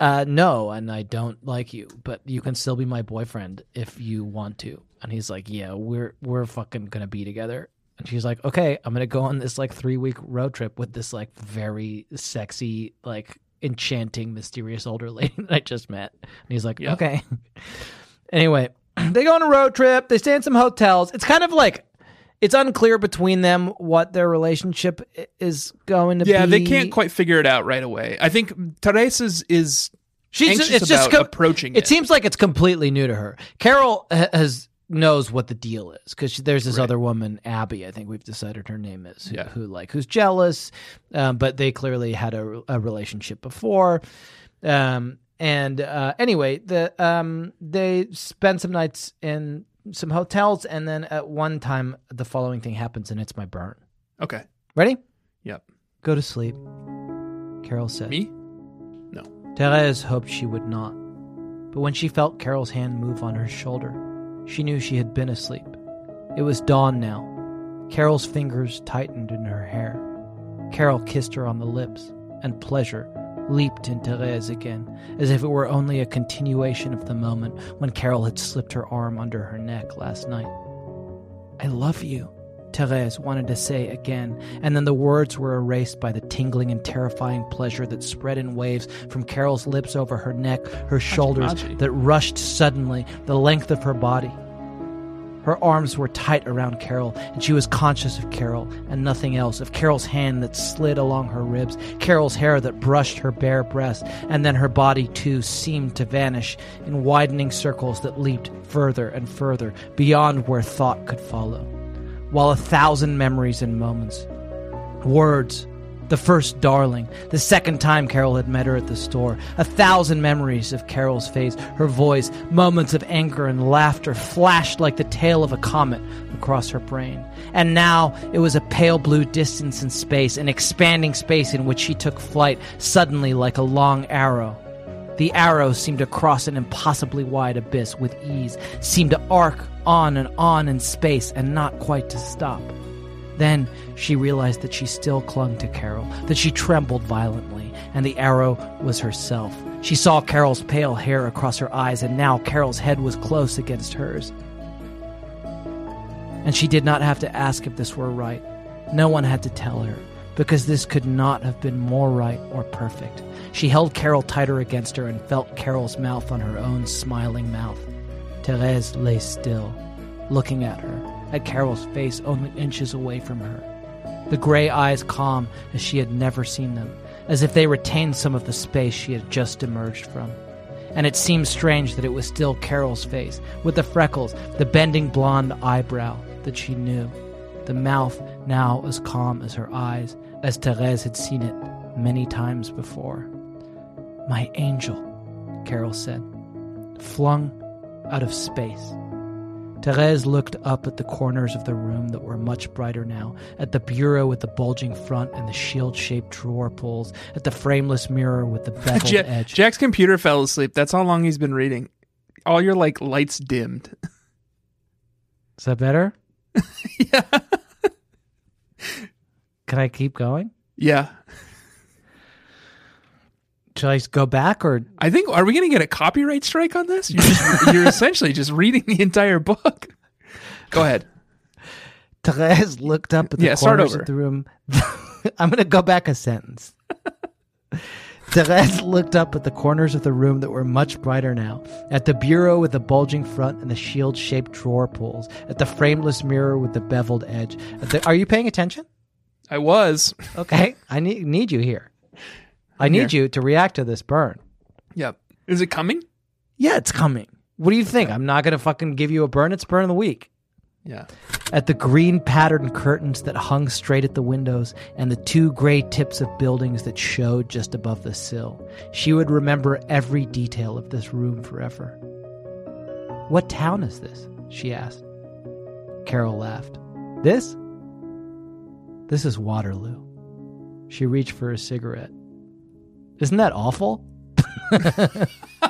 uh, no, and I don't like you, but you can still be my boyfriend if you want to. And he's like, yeah, we're we're fucking gonna be together. And she's like, okay, I'm gonna go on this like three week road trip with this like very sexy, like enchanting, mysterious older lady that I just met. And he's like, Yeah. okay. anyway, they go on a road trip. They stay in some hotels. It's kind of like it's unclear between them what their relationship i- is going to Yeah, be. they can't quite figure it out right away. I think Teresa's is She's anxious it's just about co- approaching It it. seems like it's completely new to her. Carol ha- has knows what the deal is because there's this other woman, Abby. I think we've decided her name is who, Yeah. who like who's jealous, um, but they clearly had a, a relationship before. Um, and uh, anyway, the um, they spend some nights in some hotels, and then at one time the following thing happens, and it's my burn. okay. Ready? Yep. Go to sleep. Carol said. Me? Therese hoped she would not, but when she felt Carol's hand move on her shoulder, She knew she had been asleep. It was dawn now. Carol's fingers tightened in her hair. Carol kissed her on the lips, and pleasure leaped in Therese again, as if it were only a continuation of the moment when Carol had slipped her arm under her neck last night. I love you, Therese wanted to say again, and then the words were erased by the tingling and terrifying pleasure that spread in waves from Carol's lips over her neck, her shoulders, Hachi. that rushed suddenly the length of her body. Her arms were tight around Carol, and she was conscious of Carol and nothing else, of Carol's hand that slid along her ribs, Carol's hair that brushed her bare breast, and then her body, too, seemed to vanish in widening circles that leaped further and further beyond where thought could follow. While a thousand memories and moments, words, the first darling, the second time Carol had met her at the store, a thousand memories of Carol's face, her voice, moments of anger and laughter flashed like the tail of a comet across her brain. And now it was a pale blue distance in space, an expanding space in which she took flight suddenly like a long arrow. The arrow seemed to cross an impossibly wide abyss with ease, seemed to arc on and on in space and not quite to stop. Then she realized that she still clung to Carol, that she trembled violently, and the arrow was herself. She saw Carol's pale hair across her eyes, and now Carol's head was close against hers. And she did not have to ask if this were right. No one had to tell her, because this could not have been more right or perfect. She held Carol tighter against her and felt Carol's mouth on her own smiling mouth. Therese lay still, looking at her, at Carol's face only inches away from her. The gray eyes calm as she had never seen them, as if they retained some of the space she had just emerged from. And it seemed strange that it was still Carol's face, with the freckles, the bending blonde eyebrow that she knew, the mouth now as calm as her eyes, as Therese had seen it many times before. My angel, Carol said, flung out of space. Therese looked up at the corners of the room that were much brighter now, at the bureau with the bulging front and the shield shaped drawer pulls, at the frameless mirror with the beveled Ja- edge. Jack's computer fell asleep. That's how long he's been reading. All your like lights dimmed. Is that better? yeah. Can I keep going? yeah. Should I go back or I think are we going to get a copyright strike on this? You're, just, you're essentially just reading the entire book. Go ahead. Therese looked up at the Yeah, start corners over. of the room. I'm going to go back a sentence. Therese looked up at the corners of the room that were much brighter now, at the bureau with the bulging front and the shield shaped drawer pulls, at the frameless mirror with the beveled edge. At the, are you paying attention? I was. Okay. I need, need you here. I need you to react to this burn. Yep. Is it coming? Yeah, it's coming. What do you think? I'm not going to fucking give you a burn. It's burn of the week. Yeah. at the green patterned curtains that hung straight at the windows and the two gray tips of buildings that showed just above the sill. She would remember every detail of this room forever. What town is this? she asked. Carol laughed. This? This is Waterloo. She reached for a cigarette. Isn't that awful?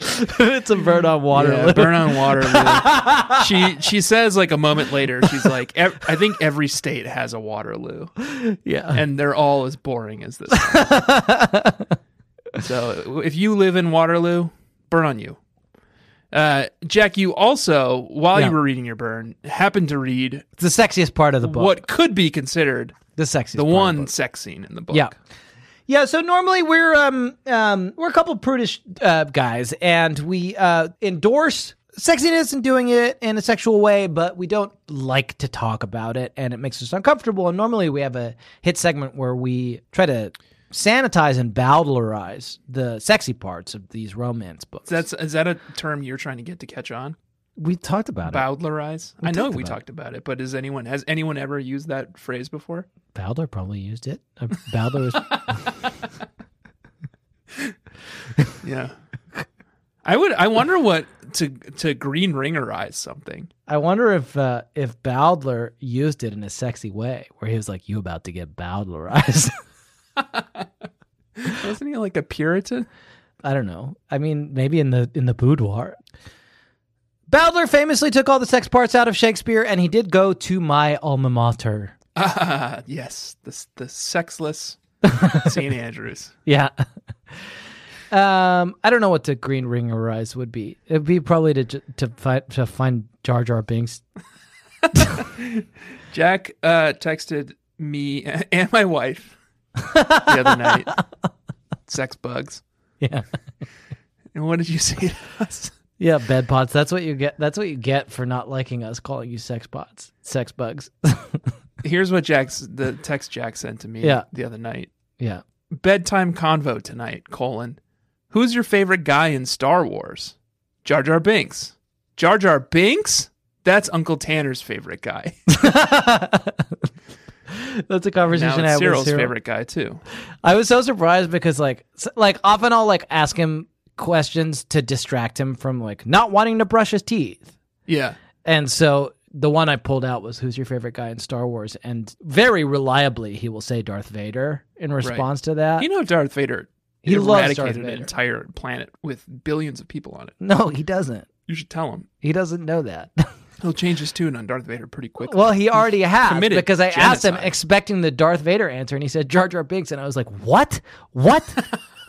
it's a bird on Waterloo. Yeah, burn on Waterloo. she she says like a moment later. She's like, "Ev- I think every state has a Waterloo, yeah. and they're all as boring as this. one." so if you live in Waterloo, burn on you. Uh, Jack, you also while Yeah. you were reading your burn, happened to read It's the sexiest part of the book. what could be considered the sexiest? the part of one the book. sex scene in the book. Yeah. Yeah, so normally we're um um we're a couple prudish uh, guys and we uh endorse sexiness and doing it in a sexual way, but we don't like to talk about it and it makes us uncomfortable and normally we have a hit segment where we try to sanitize and bowdlerize the sexy parts of these romance books. That's is that a term you're trying to get to catch on? we talked about Bowdlerize. I know talked we about talked about it, but is anyone has anyone ever used that phrase before? it. Bowdler probably used it. Uh, Bowdler is Yeah. I would I wonder what to to green ringerize something. I wonder if uh, if Bowdler used it in a sexy way, where he was like, "You about to get Bowdlerized." Wasn't he like a Puritan? I don't know. I mean, maybe in the in the boudoir. Bowdler famously took all the sex parts out of Shakespeare, and he did go to my alma mater. Ah, yes, the the sexless St. Andrews. Yeah. Um, I don't know what the green ring of rice would be. It'd be probably to j- to find to find Jar Jar Binks. Jack uh, texted me and my wife the other night. Sex bugs. Yeah, And what did you say to us? yeah, bed pots. That's what you get. That's what you get for not liking us calling you sex pots, sex bugs. Here's what Jack's the text Jack sent to me Yeah. the other night. yeah. Bedtime convo tonight, colon. Who's your favorite guy in Star Wars? Jar Jar Binks. Jar Jar Binks? That's Uncle Tanner's favorite guy. That's a conversation now I it's had Cyril's with Cyril. favorite guy too. I was so surprised because like s- like often I'll like ask him questions to distract him from like not wanting to brush his teeth. Yeah. And so the one I pulled out was who's your favorite guy in Star Wars and very reliably he will say Darth Vader in response to that. You know Darth Vader Uh, He loves eradicated Darth Vader. an entire planet with billions of people on it. no, he doesn't. You should tell him. He doesn't know that. He'll change his tune on Darth Vader pretty quickly. well, he already has committed because I asked him genocide. expecting the Darth Vader answer and he said Jar Jar Binks and I was like, "What? What?"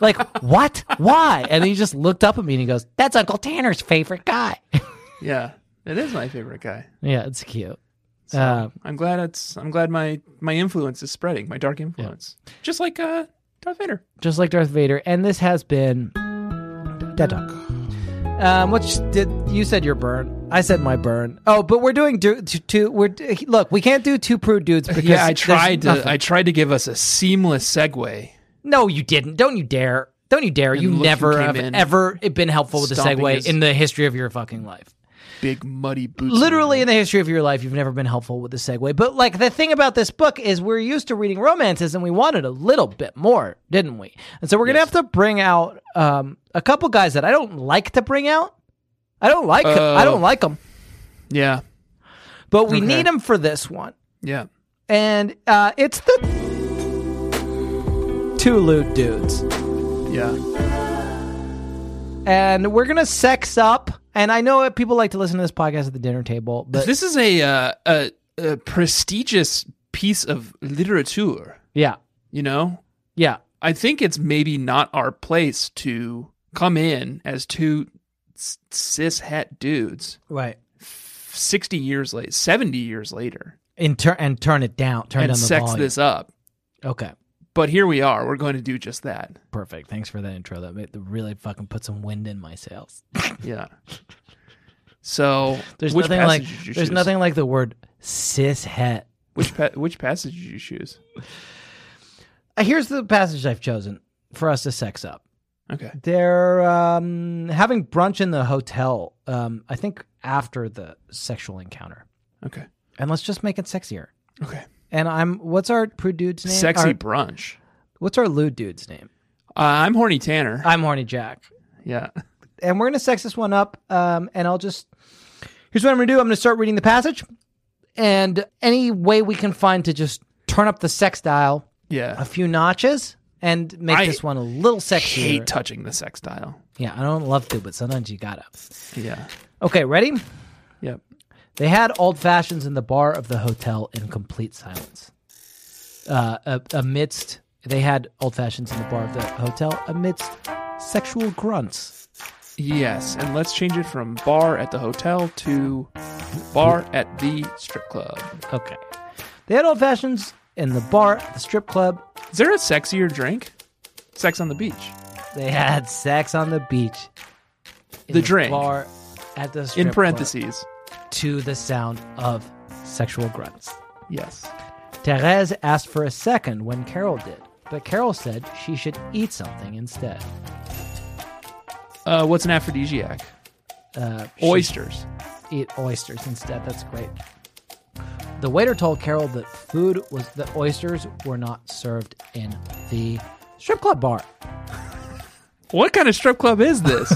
like, "What? Why?" And he just looked up at me and he goes, "That's Uncle Tanner's favorite guy." yeah, it is my favorite guy. yeah, it's cute. Uh, I'm glad it's. I'm glad my my influence is spreading. My dark influence, just like uh, Darth Vader. just like Darth Vader. And this has been Dead Talk. Um, which did you said your burn? I said my burn. Oh, but we're doing do, two, two. We're look. We can't do two prude dudes because yeah, I there's tried to. nothing. I tried to give us a seamless segue. no, you didn't. Don't you dare. Don't you dare. You look who never came have in. ever been helpful with a Stomping segue his- in the history of your fucking life. Big muddy boots. Literally in the history of your life, you've never been helpful with a segue. But like the thing about this book is we're used to reading romances and we wanted a little bit more, didn't we? And so we're gonna have to bring out um, a couple guys that I don't like to bring out. I don't like I don't like them, Yeah, but we need Oh. okay. 'em need them for this one. yeah. And uh, it's the two lewd dudes. Yeah. And we're gonna sex up. And I know people like to listen to this podcast at the dinner table, but This is a, uh, a a prestigious piece of literature. yeah, You know, yeah. I think it's maybe not our place to come in as two s- cis het dudes Right. 60 years late 70 years later And turn and turn it down. Turn and down the sex volume. this up Okay. but here we are we're going to do just that Perfect. Thanks for that intro. That made- that really fucking put some wind in my sails. yeah so There's which nothing like passage did you there's choose? nothing like the word cishet. which pa- which passage did you choose Uh, Here's the passage I've chosen for us to sex up. okay They're um, having brunch in the hotel. Um, I think after the sexual encounter, okay and let's just make it sexier. okay And I'm what's our prude dude's name? sexy Our- brunch what's our lewd dude's name? uh, i'm horny tanner I'm horny Jack. yeah and we're gonna sex this one up. Um, and I'll just here's what I'm gonna do. I'm gonna start reading the passage, and any way we can find to just turn up the sex dial yeah a few notches and make I this one a little sexier. hate touching the sex dial yeah, I don't love to, but sometimes you gotta. yeah Okay, ready? yep They had old fashions in the bar of the hotel in complete silence. Uh, a- amidst they had old fashions in the bar of the hotel amidst sexual grunts. Yes, and let's change it from bar at the hotel to bar at the strip club. Okay, they had old fashions in the bar, the strip club, Is there a sexier drink? Sex on the beach. They had sex on the beach. in The drink. Bar at the strip In club parentheses. to the sound of sexual grunts. Yes. Therese asked for a second when Carol did, but Carol said she should eat something instead. Uh, what's an aphrodisiac? Uh, she Oysters. should Eat oysters instead. That's great. The waiter told Carol that food was the oysters were not served in the strip club bar. What kind of strip club is this?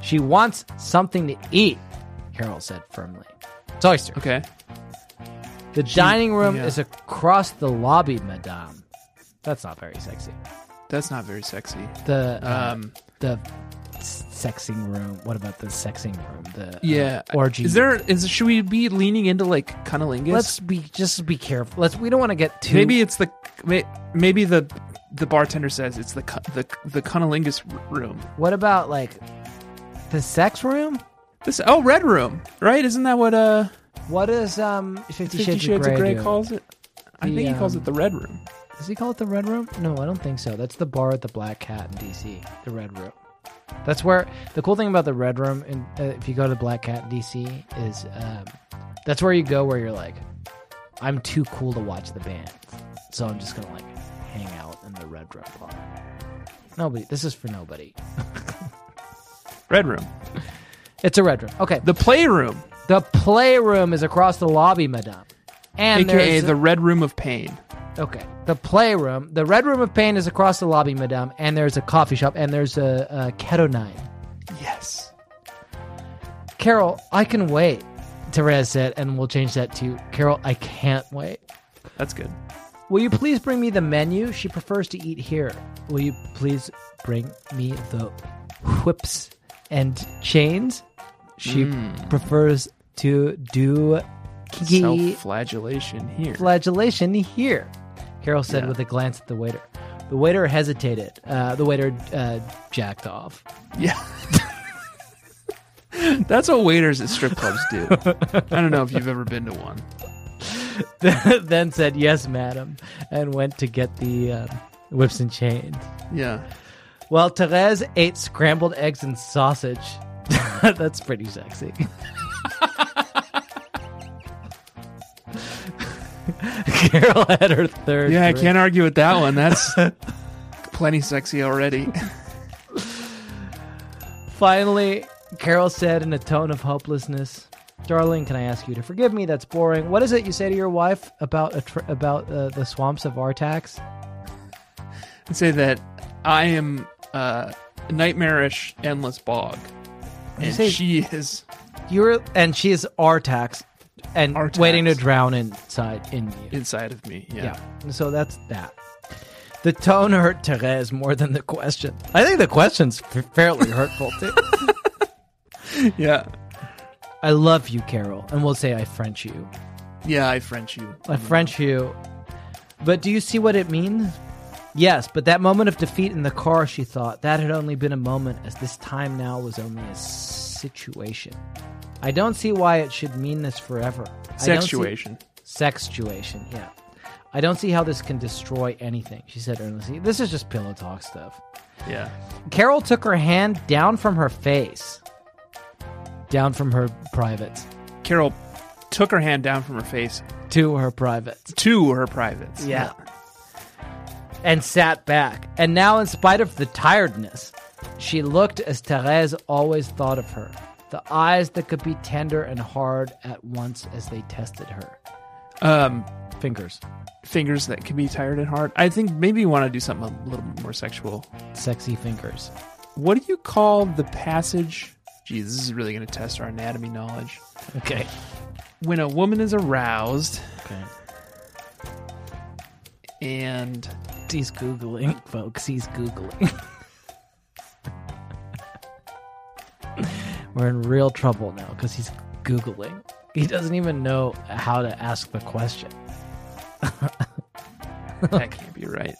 She wants something to eat, Carol said firmly. It's oysters. okay. The dining room yeah. is across the lobby, madame. That's not very sexy. That's not very sexy. The uh, Um, the s- sexing room. What about the sexing room? The uh, Yeah. orgy. Is there? Is should we be leaning into like cunnilingus? Let's be just be careful. Let's. We don't want to get too. maybe it's the may- maybe the the bartender says it's the cu- the the cunnilingus r- room. What about like the sex room? This oh red room right? Isn't that what uh What is um Fifty, Fifty Shades, of Grey, do? calls it? I The, think he calls um, it the red room. Does he call it the Red Room? No, I don't think so. That's the bar at the Black Cat in DC. The Red Room. That's where the cool thing about the Red Room, and uh, if you go to the Black Cat in DC, is um, that's where you go where you're like, I'm too cool to watch the band, so I'm just gonna like hang out in the Red Room bar. Nobody. This is for nobody. Red room. It's a Red Room. Okay. The playroom, The playroom is across the lobby, madame. And aka there's- the red room of pain. Okay. The playroom, the Red Room of Pain is across the lobby, madame, and there's a coffee shop and there's a, a keto nine. Yes. Carol, I can wait, Therese said, and we'll change that to Carol, I can't wait. That's good. Will you please bring me the menu? She prefers to eat here. Will you please bring me the whips and chains? She prefers to do kinky Self-flagellation here. flagellation here. Carol said Yeah. with a glance at the waiter. The waiter hesitated. Uh, the waiter uh, jacked off. Yeah. That's what waiters at strip clubs do. I don't know if you've ever been to one. then said, Yes, madam, and went to get the um, whips and chains. Yeah. Well, Therese ate scrambled eggs and sausage. That's pretty sexy. Carol had her third. Yeah, I drink. can't argue with that one. That's plenty sexy already. Finally, Carol said in a tone of hopelessness, "Darling, can I ask you to forgive me? That's boring. What is it you say to your wife about a tr- about uh, the swamps of Artax? I'd say that I am uh, a nightmarish endless bog. And say- she is You're and she is Artax, and Artax. waiting to drown inside in you. inside of me. Yeah. yeah. So that's that." The tone hurt Therese more than the question. I think the question's f- fairly hurtful too. Yeah. I love you, Carol, and we'll say I French you. Yeah, I French you. I French you. But do you see what it means? Yes, but that moment of defeat in the car, she thought, that had only been a moment, as this time now was only a situation. I don't see why it should mean this forever. I don't see- Sexuation. Sexuation, yeah. I don't see how this can destroy anything, she said earnestly. This is just pillow talk stuff. Yeah. Carol took her hand down from her face, down from her privates, Carol took her hand down from her face to her privates. to her privates. Yeah. And sat back. And now, in spite of the tiredness, she looked as Therese always thought of her the eyes that could be tender and hard at once as they tested her. Um, Fingers. fingers that can be tired and hard. I think maybe you want to do something a little more sexual. Sexy fingers. What do you call the passage? Geez, this is really going to test our anatomy knowledge. Okay. When a woman is aroused Okay. and He's Googling, folks. He's Googling. We're in real trouble now because he's Googling. He doesn't even know how to ask the question. that can't be right.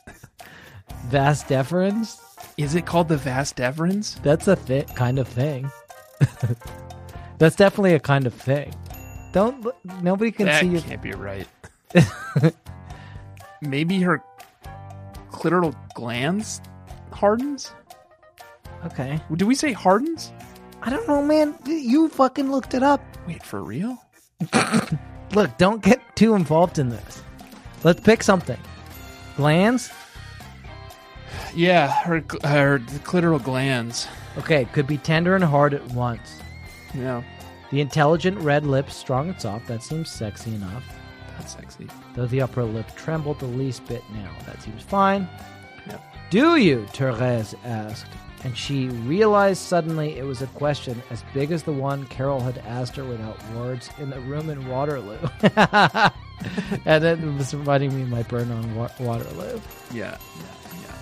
Vast deference? Is it called the vas deferens? That's a thi- kind of thing. That's definitely a kind of thing. Don't l- nobody can That see you. can't be right. maybe her clitoral glands hardens. Okay. Do we say hardens? I don't know, man. You fucking looked it up. Wait, for real? Look, don't get too involved in this. Let's pick something. Glands? Yeah, her cl- her clitoral glands. Okay, could be tender and hard at once. Yeah, The intelligent red lips, strong and soft, that seems sexy enough. that's sexy. Though the upper lip trembled the least bit now. That seems fine. Yep. Do you? Therese asked. And she realized suddenly it was a question as big as the one Carol had asked her without words in the room in Waterloo. and it was reminding me of my burn on wa- Waterloo. Yeah, yeah, yeah.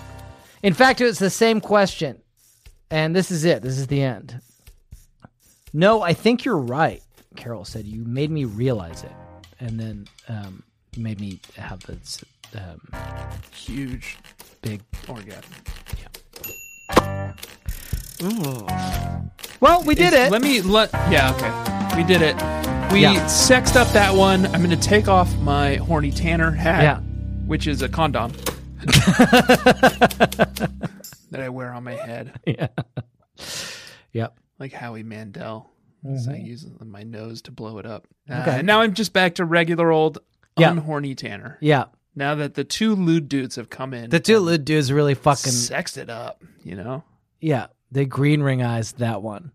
In fact, it was the same question. And this is it. This is the end. No, I think you're right, Carol said. You made me realize it. And then um, you made me have this um, Huge big. orgasm. Well, we did it. Let me let. Yeah, okay. We did it. We Yeah. sexed up that one. I'm going to take off my horny Tanner hat, Yeah. which is a condom that I wear on my head, Yep. like Howie Mandel. So I use my nose to blow it up. Uh, Mm-hmm. Okay. and now I'm just back to regular old Yeah. unhorny Tanner. Yeah. Now that the two lewd dudes have come in, The two lewd dudes really fucking. sexed it up. You know, Yeah. They green ring eyes that one.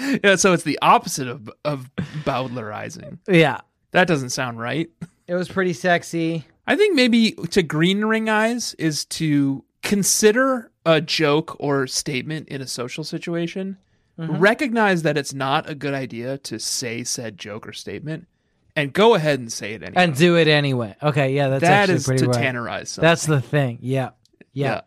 yeah. So it's the opposite of of Bowdlerizing. Yeah. That doesn't sound right. It was pretty sexy. I think maybe to green ring eyes is to consider a joke or statement in a social situation, Mm-hmm. recognize that it's not a good idea to say said joke or statement, and go ahead and say it anyway. And do it anyway. Okay. Yeah. That's that actually is pretty to right. tannerize something. That's the thing. Yeah. Yeah.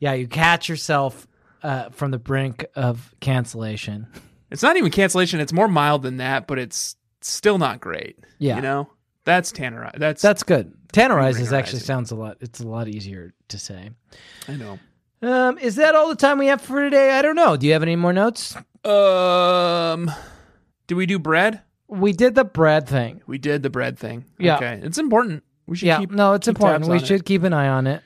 Yeah. you catch yourself uh, from the brink of cancellation. It's not even cancellation. It's more mild than that, but it's still not great. Yeah. You know? That's tannerize. That's, That's good. Tannerizes actually Tannerizing. sounds a lot. It's a lot easier to say. I know. Um, is that all the time we have for today? I don't know. Do you have any more notes? Um, do we do bread? We did the bread thing. We did the bread thing. Yeah. Okay. It's important. We should Yeah. keep no, it's keep important. tabs We on it. should keep an eye on it.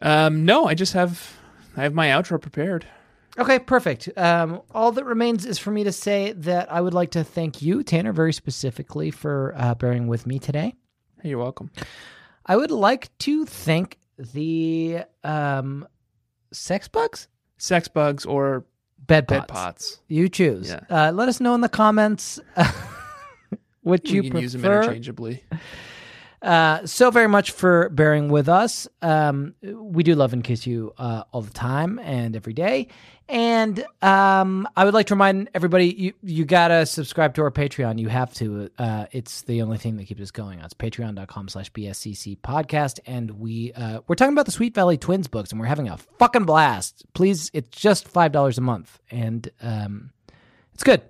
Um, no, I just have I have my outro prepared. Okay, perfect. Um, all that remains is for me to say that I would like to thank you, Tanner, very specifically for uh, bearing with me today. Hey, you're welcome. I would like to thank the um, sex bugs, Sex bugs or bed bed pots. pots. You choose. Yeah. Uh, let us know in the comments what You, you can prefer. use them interchangeably. Uh, so very much for bearing with us. Um, we do love and kiss you uh, all the time and every day. And um, I would like to remind everybody you you gotta subscribe to our Patreon. You have to. Uh, it's the only thing that keeps us going. It's patreon.com slash bscc podcast. And we uh, we're talking about the Sweet Valley Twins books, and we're having a fucking blast. Please, it's just five dollars a month, and um, it's good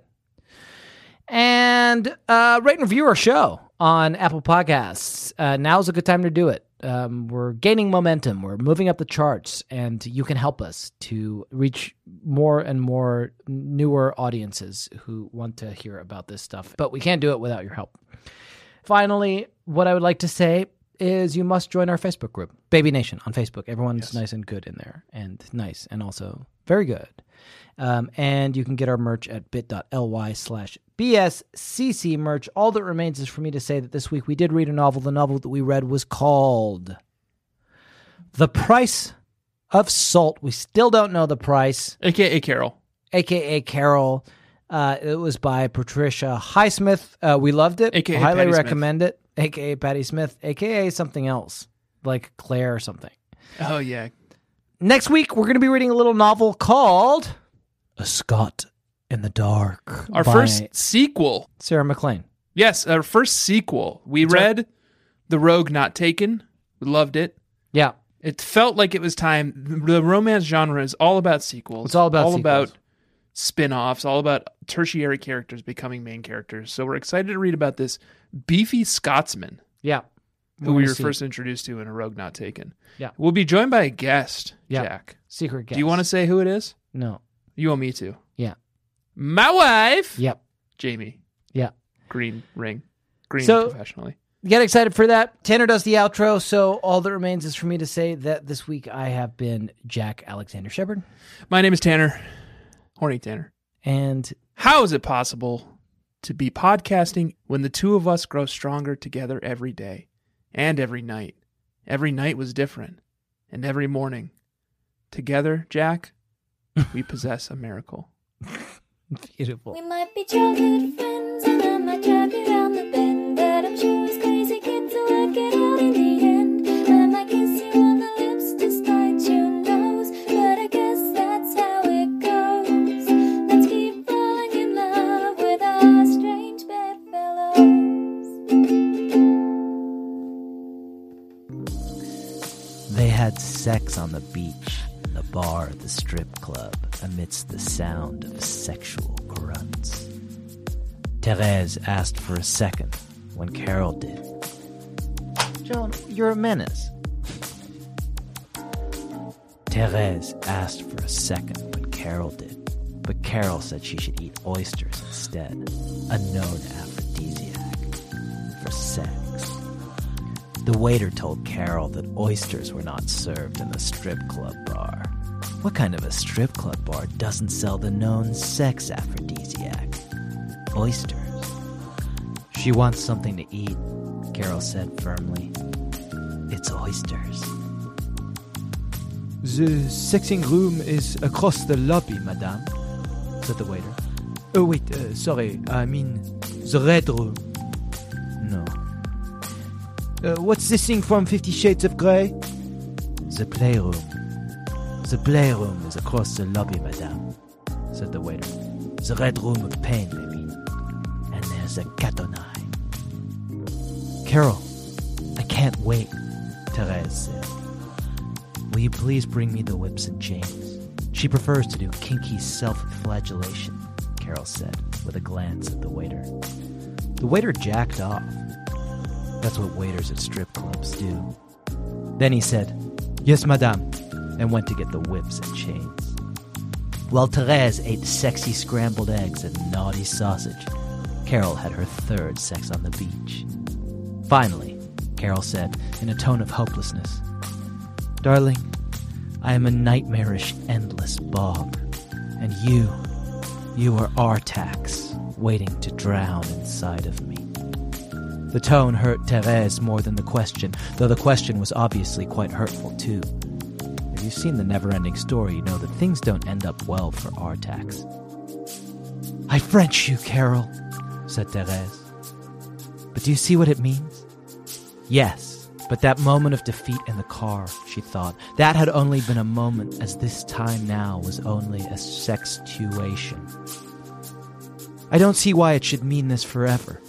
and uh, rate and review our show on Apple Podcasts. Uh, now's a good time to do it. Um, we're gaining momentum. We're moving up the charts, and you can help us to reach more and more newer audiences who want to hear about this stuff. But we can't do it without your help. Finally, what I would like to say is you must join our Facebook group, Baby Nation, on Facebook. Everyone's nice and good in there, and nice and also very good. Um, and you can get our merch at bit.ly slash BSCC merch. All that remains is for me to say that this week we did read a novel. The novel that we read was called The Price of Salt. We still don't know the price AKA Carol. aka Carol. Uh, it was by Patricia Highsmith. Uh, we loved it. AKA highly Patty Smith. recommend it. Aka Patty Smith. Aka something else like Claire or something. Oh yeah. Next week we're going to be reading a little novel called A Scot in the Dark. Our by first sequel. Sarah McLean. Yes, our first sequel. We read The Rogue Not Taken. We loved it. Yeah, It felt like it was time. The romance genre is all about sequels. It's all about all sequels. about spin-offs, all about tertiary characters becoming main characters. So we're excited to read about this beefy Scotsman. yeah. who we wanna were see first introduced to in A Rogue Not Taken. Yeah. We'll be joined by a guest, Yeah. Jack. secret guest. Do you want to say who it is? No. You want me to? Yeah. My wife, Yep. Jamie Yeah. Green Ring. Green So- professionally. Get excited for that. Tanner does the outro, so all that remains is for me to say that this week I have been Jack Alexander Shepard, My name is Tanner, Horny Tanner. and How is it possible to be podcasting when the two of us grow stronger together every day and every night? Every night was different, and every morning. Together, Jack, we possess a miracle. beautiful. We might be childhood friends, and I might drive you round the bend. But I'm sure as crazy kids will work it out in the end. I might kiss you on the lips despite your nose. But I guess that's how it goes. Let's keep falling in love with our strange bedfellows. They had sex on the beach. a bar at the strip club amidst the sound of sexual grunts. Therese asked for a second when Carol did. Joan, you're a menace. Therese asked for a second when Carol did, but Carol said she should eat oysters instead, a known aphrodisiac for sex. The waiter told Carol that oysters were not served in the strip club bar. What kind of a strip club bar doesn't sell the known sex aphrodisiac? Oysters. She wants something to eat, Carol said firmly. It's oysters. The sexing room is across the lobby, madame, said the waiter. Oh, wait, uh, sorry, I mean the red room. No, Uh, what's this thing from Fifty Shades of Grey? The playroom. The playroom is across the lobby, madame, said the waiter. The red room of pain, I mean. And there's a cat on eye. Carol, I can't wait, Therese said. Will you please bring me the whips and chains? She prefers to do kinky self flagellation, Carol said, with a glance at the waiter. The waiter jacked off. That's what waiters at strip clubs do. Then he said, Yes, madame, and went to get the whips and chains. While Therese ate sexy scrambled eggs and naughty sausage, Carol had her third sex on the beach. Finally, Carol said, in a tone of hopelessness, Darling, I am a nightmarish, endless bog, and you, you are Artax, waiting to drown inside of me. The tone hurt Therese more than the question, though the question was obviously quite hurtful too. If you've seen the never ending story, you know that things don't end up well for Artax. I French you, Carol, said Therese. But do you see what it means? Yes, but that moment of defeat in the car, she thought, that had only been a moment, as this time now was only a sextuation. I don't see why it should mean this forever.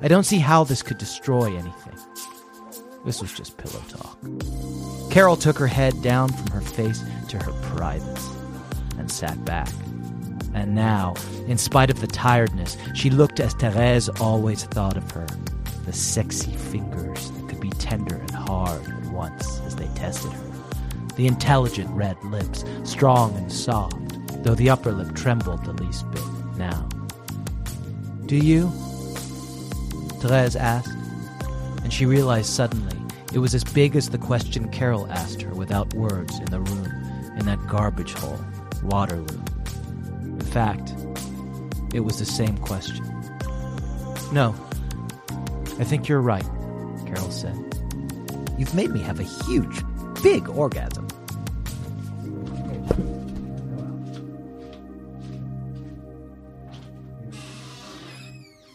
I don't see how this could destroy anything. This was just pillow talk. Carol took her head down from her face to her privates and sat back. And now, in spite of the tiredness, she looked as Therese always thought of her the sexy fingers that could be tender and hard at once as they tested her, the intelligent red lips, strong and soft, though the upper lip trembled the least bit now. Do you? Therese asked, and she realized suddenly it was as big as the question Carol asked her without words in the room, in that garbage hole, Waterloo. In fact, it was the same question. No, I think you're right, Carol said. You've made me have a huge, big orgasm. Be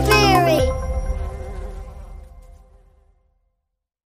very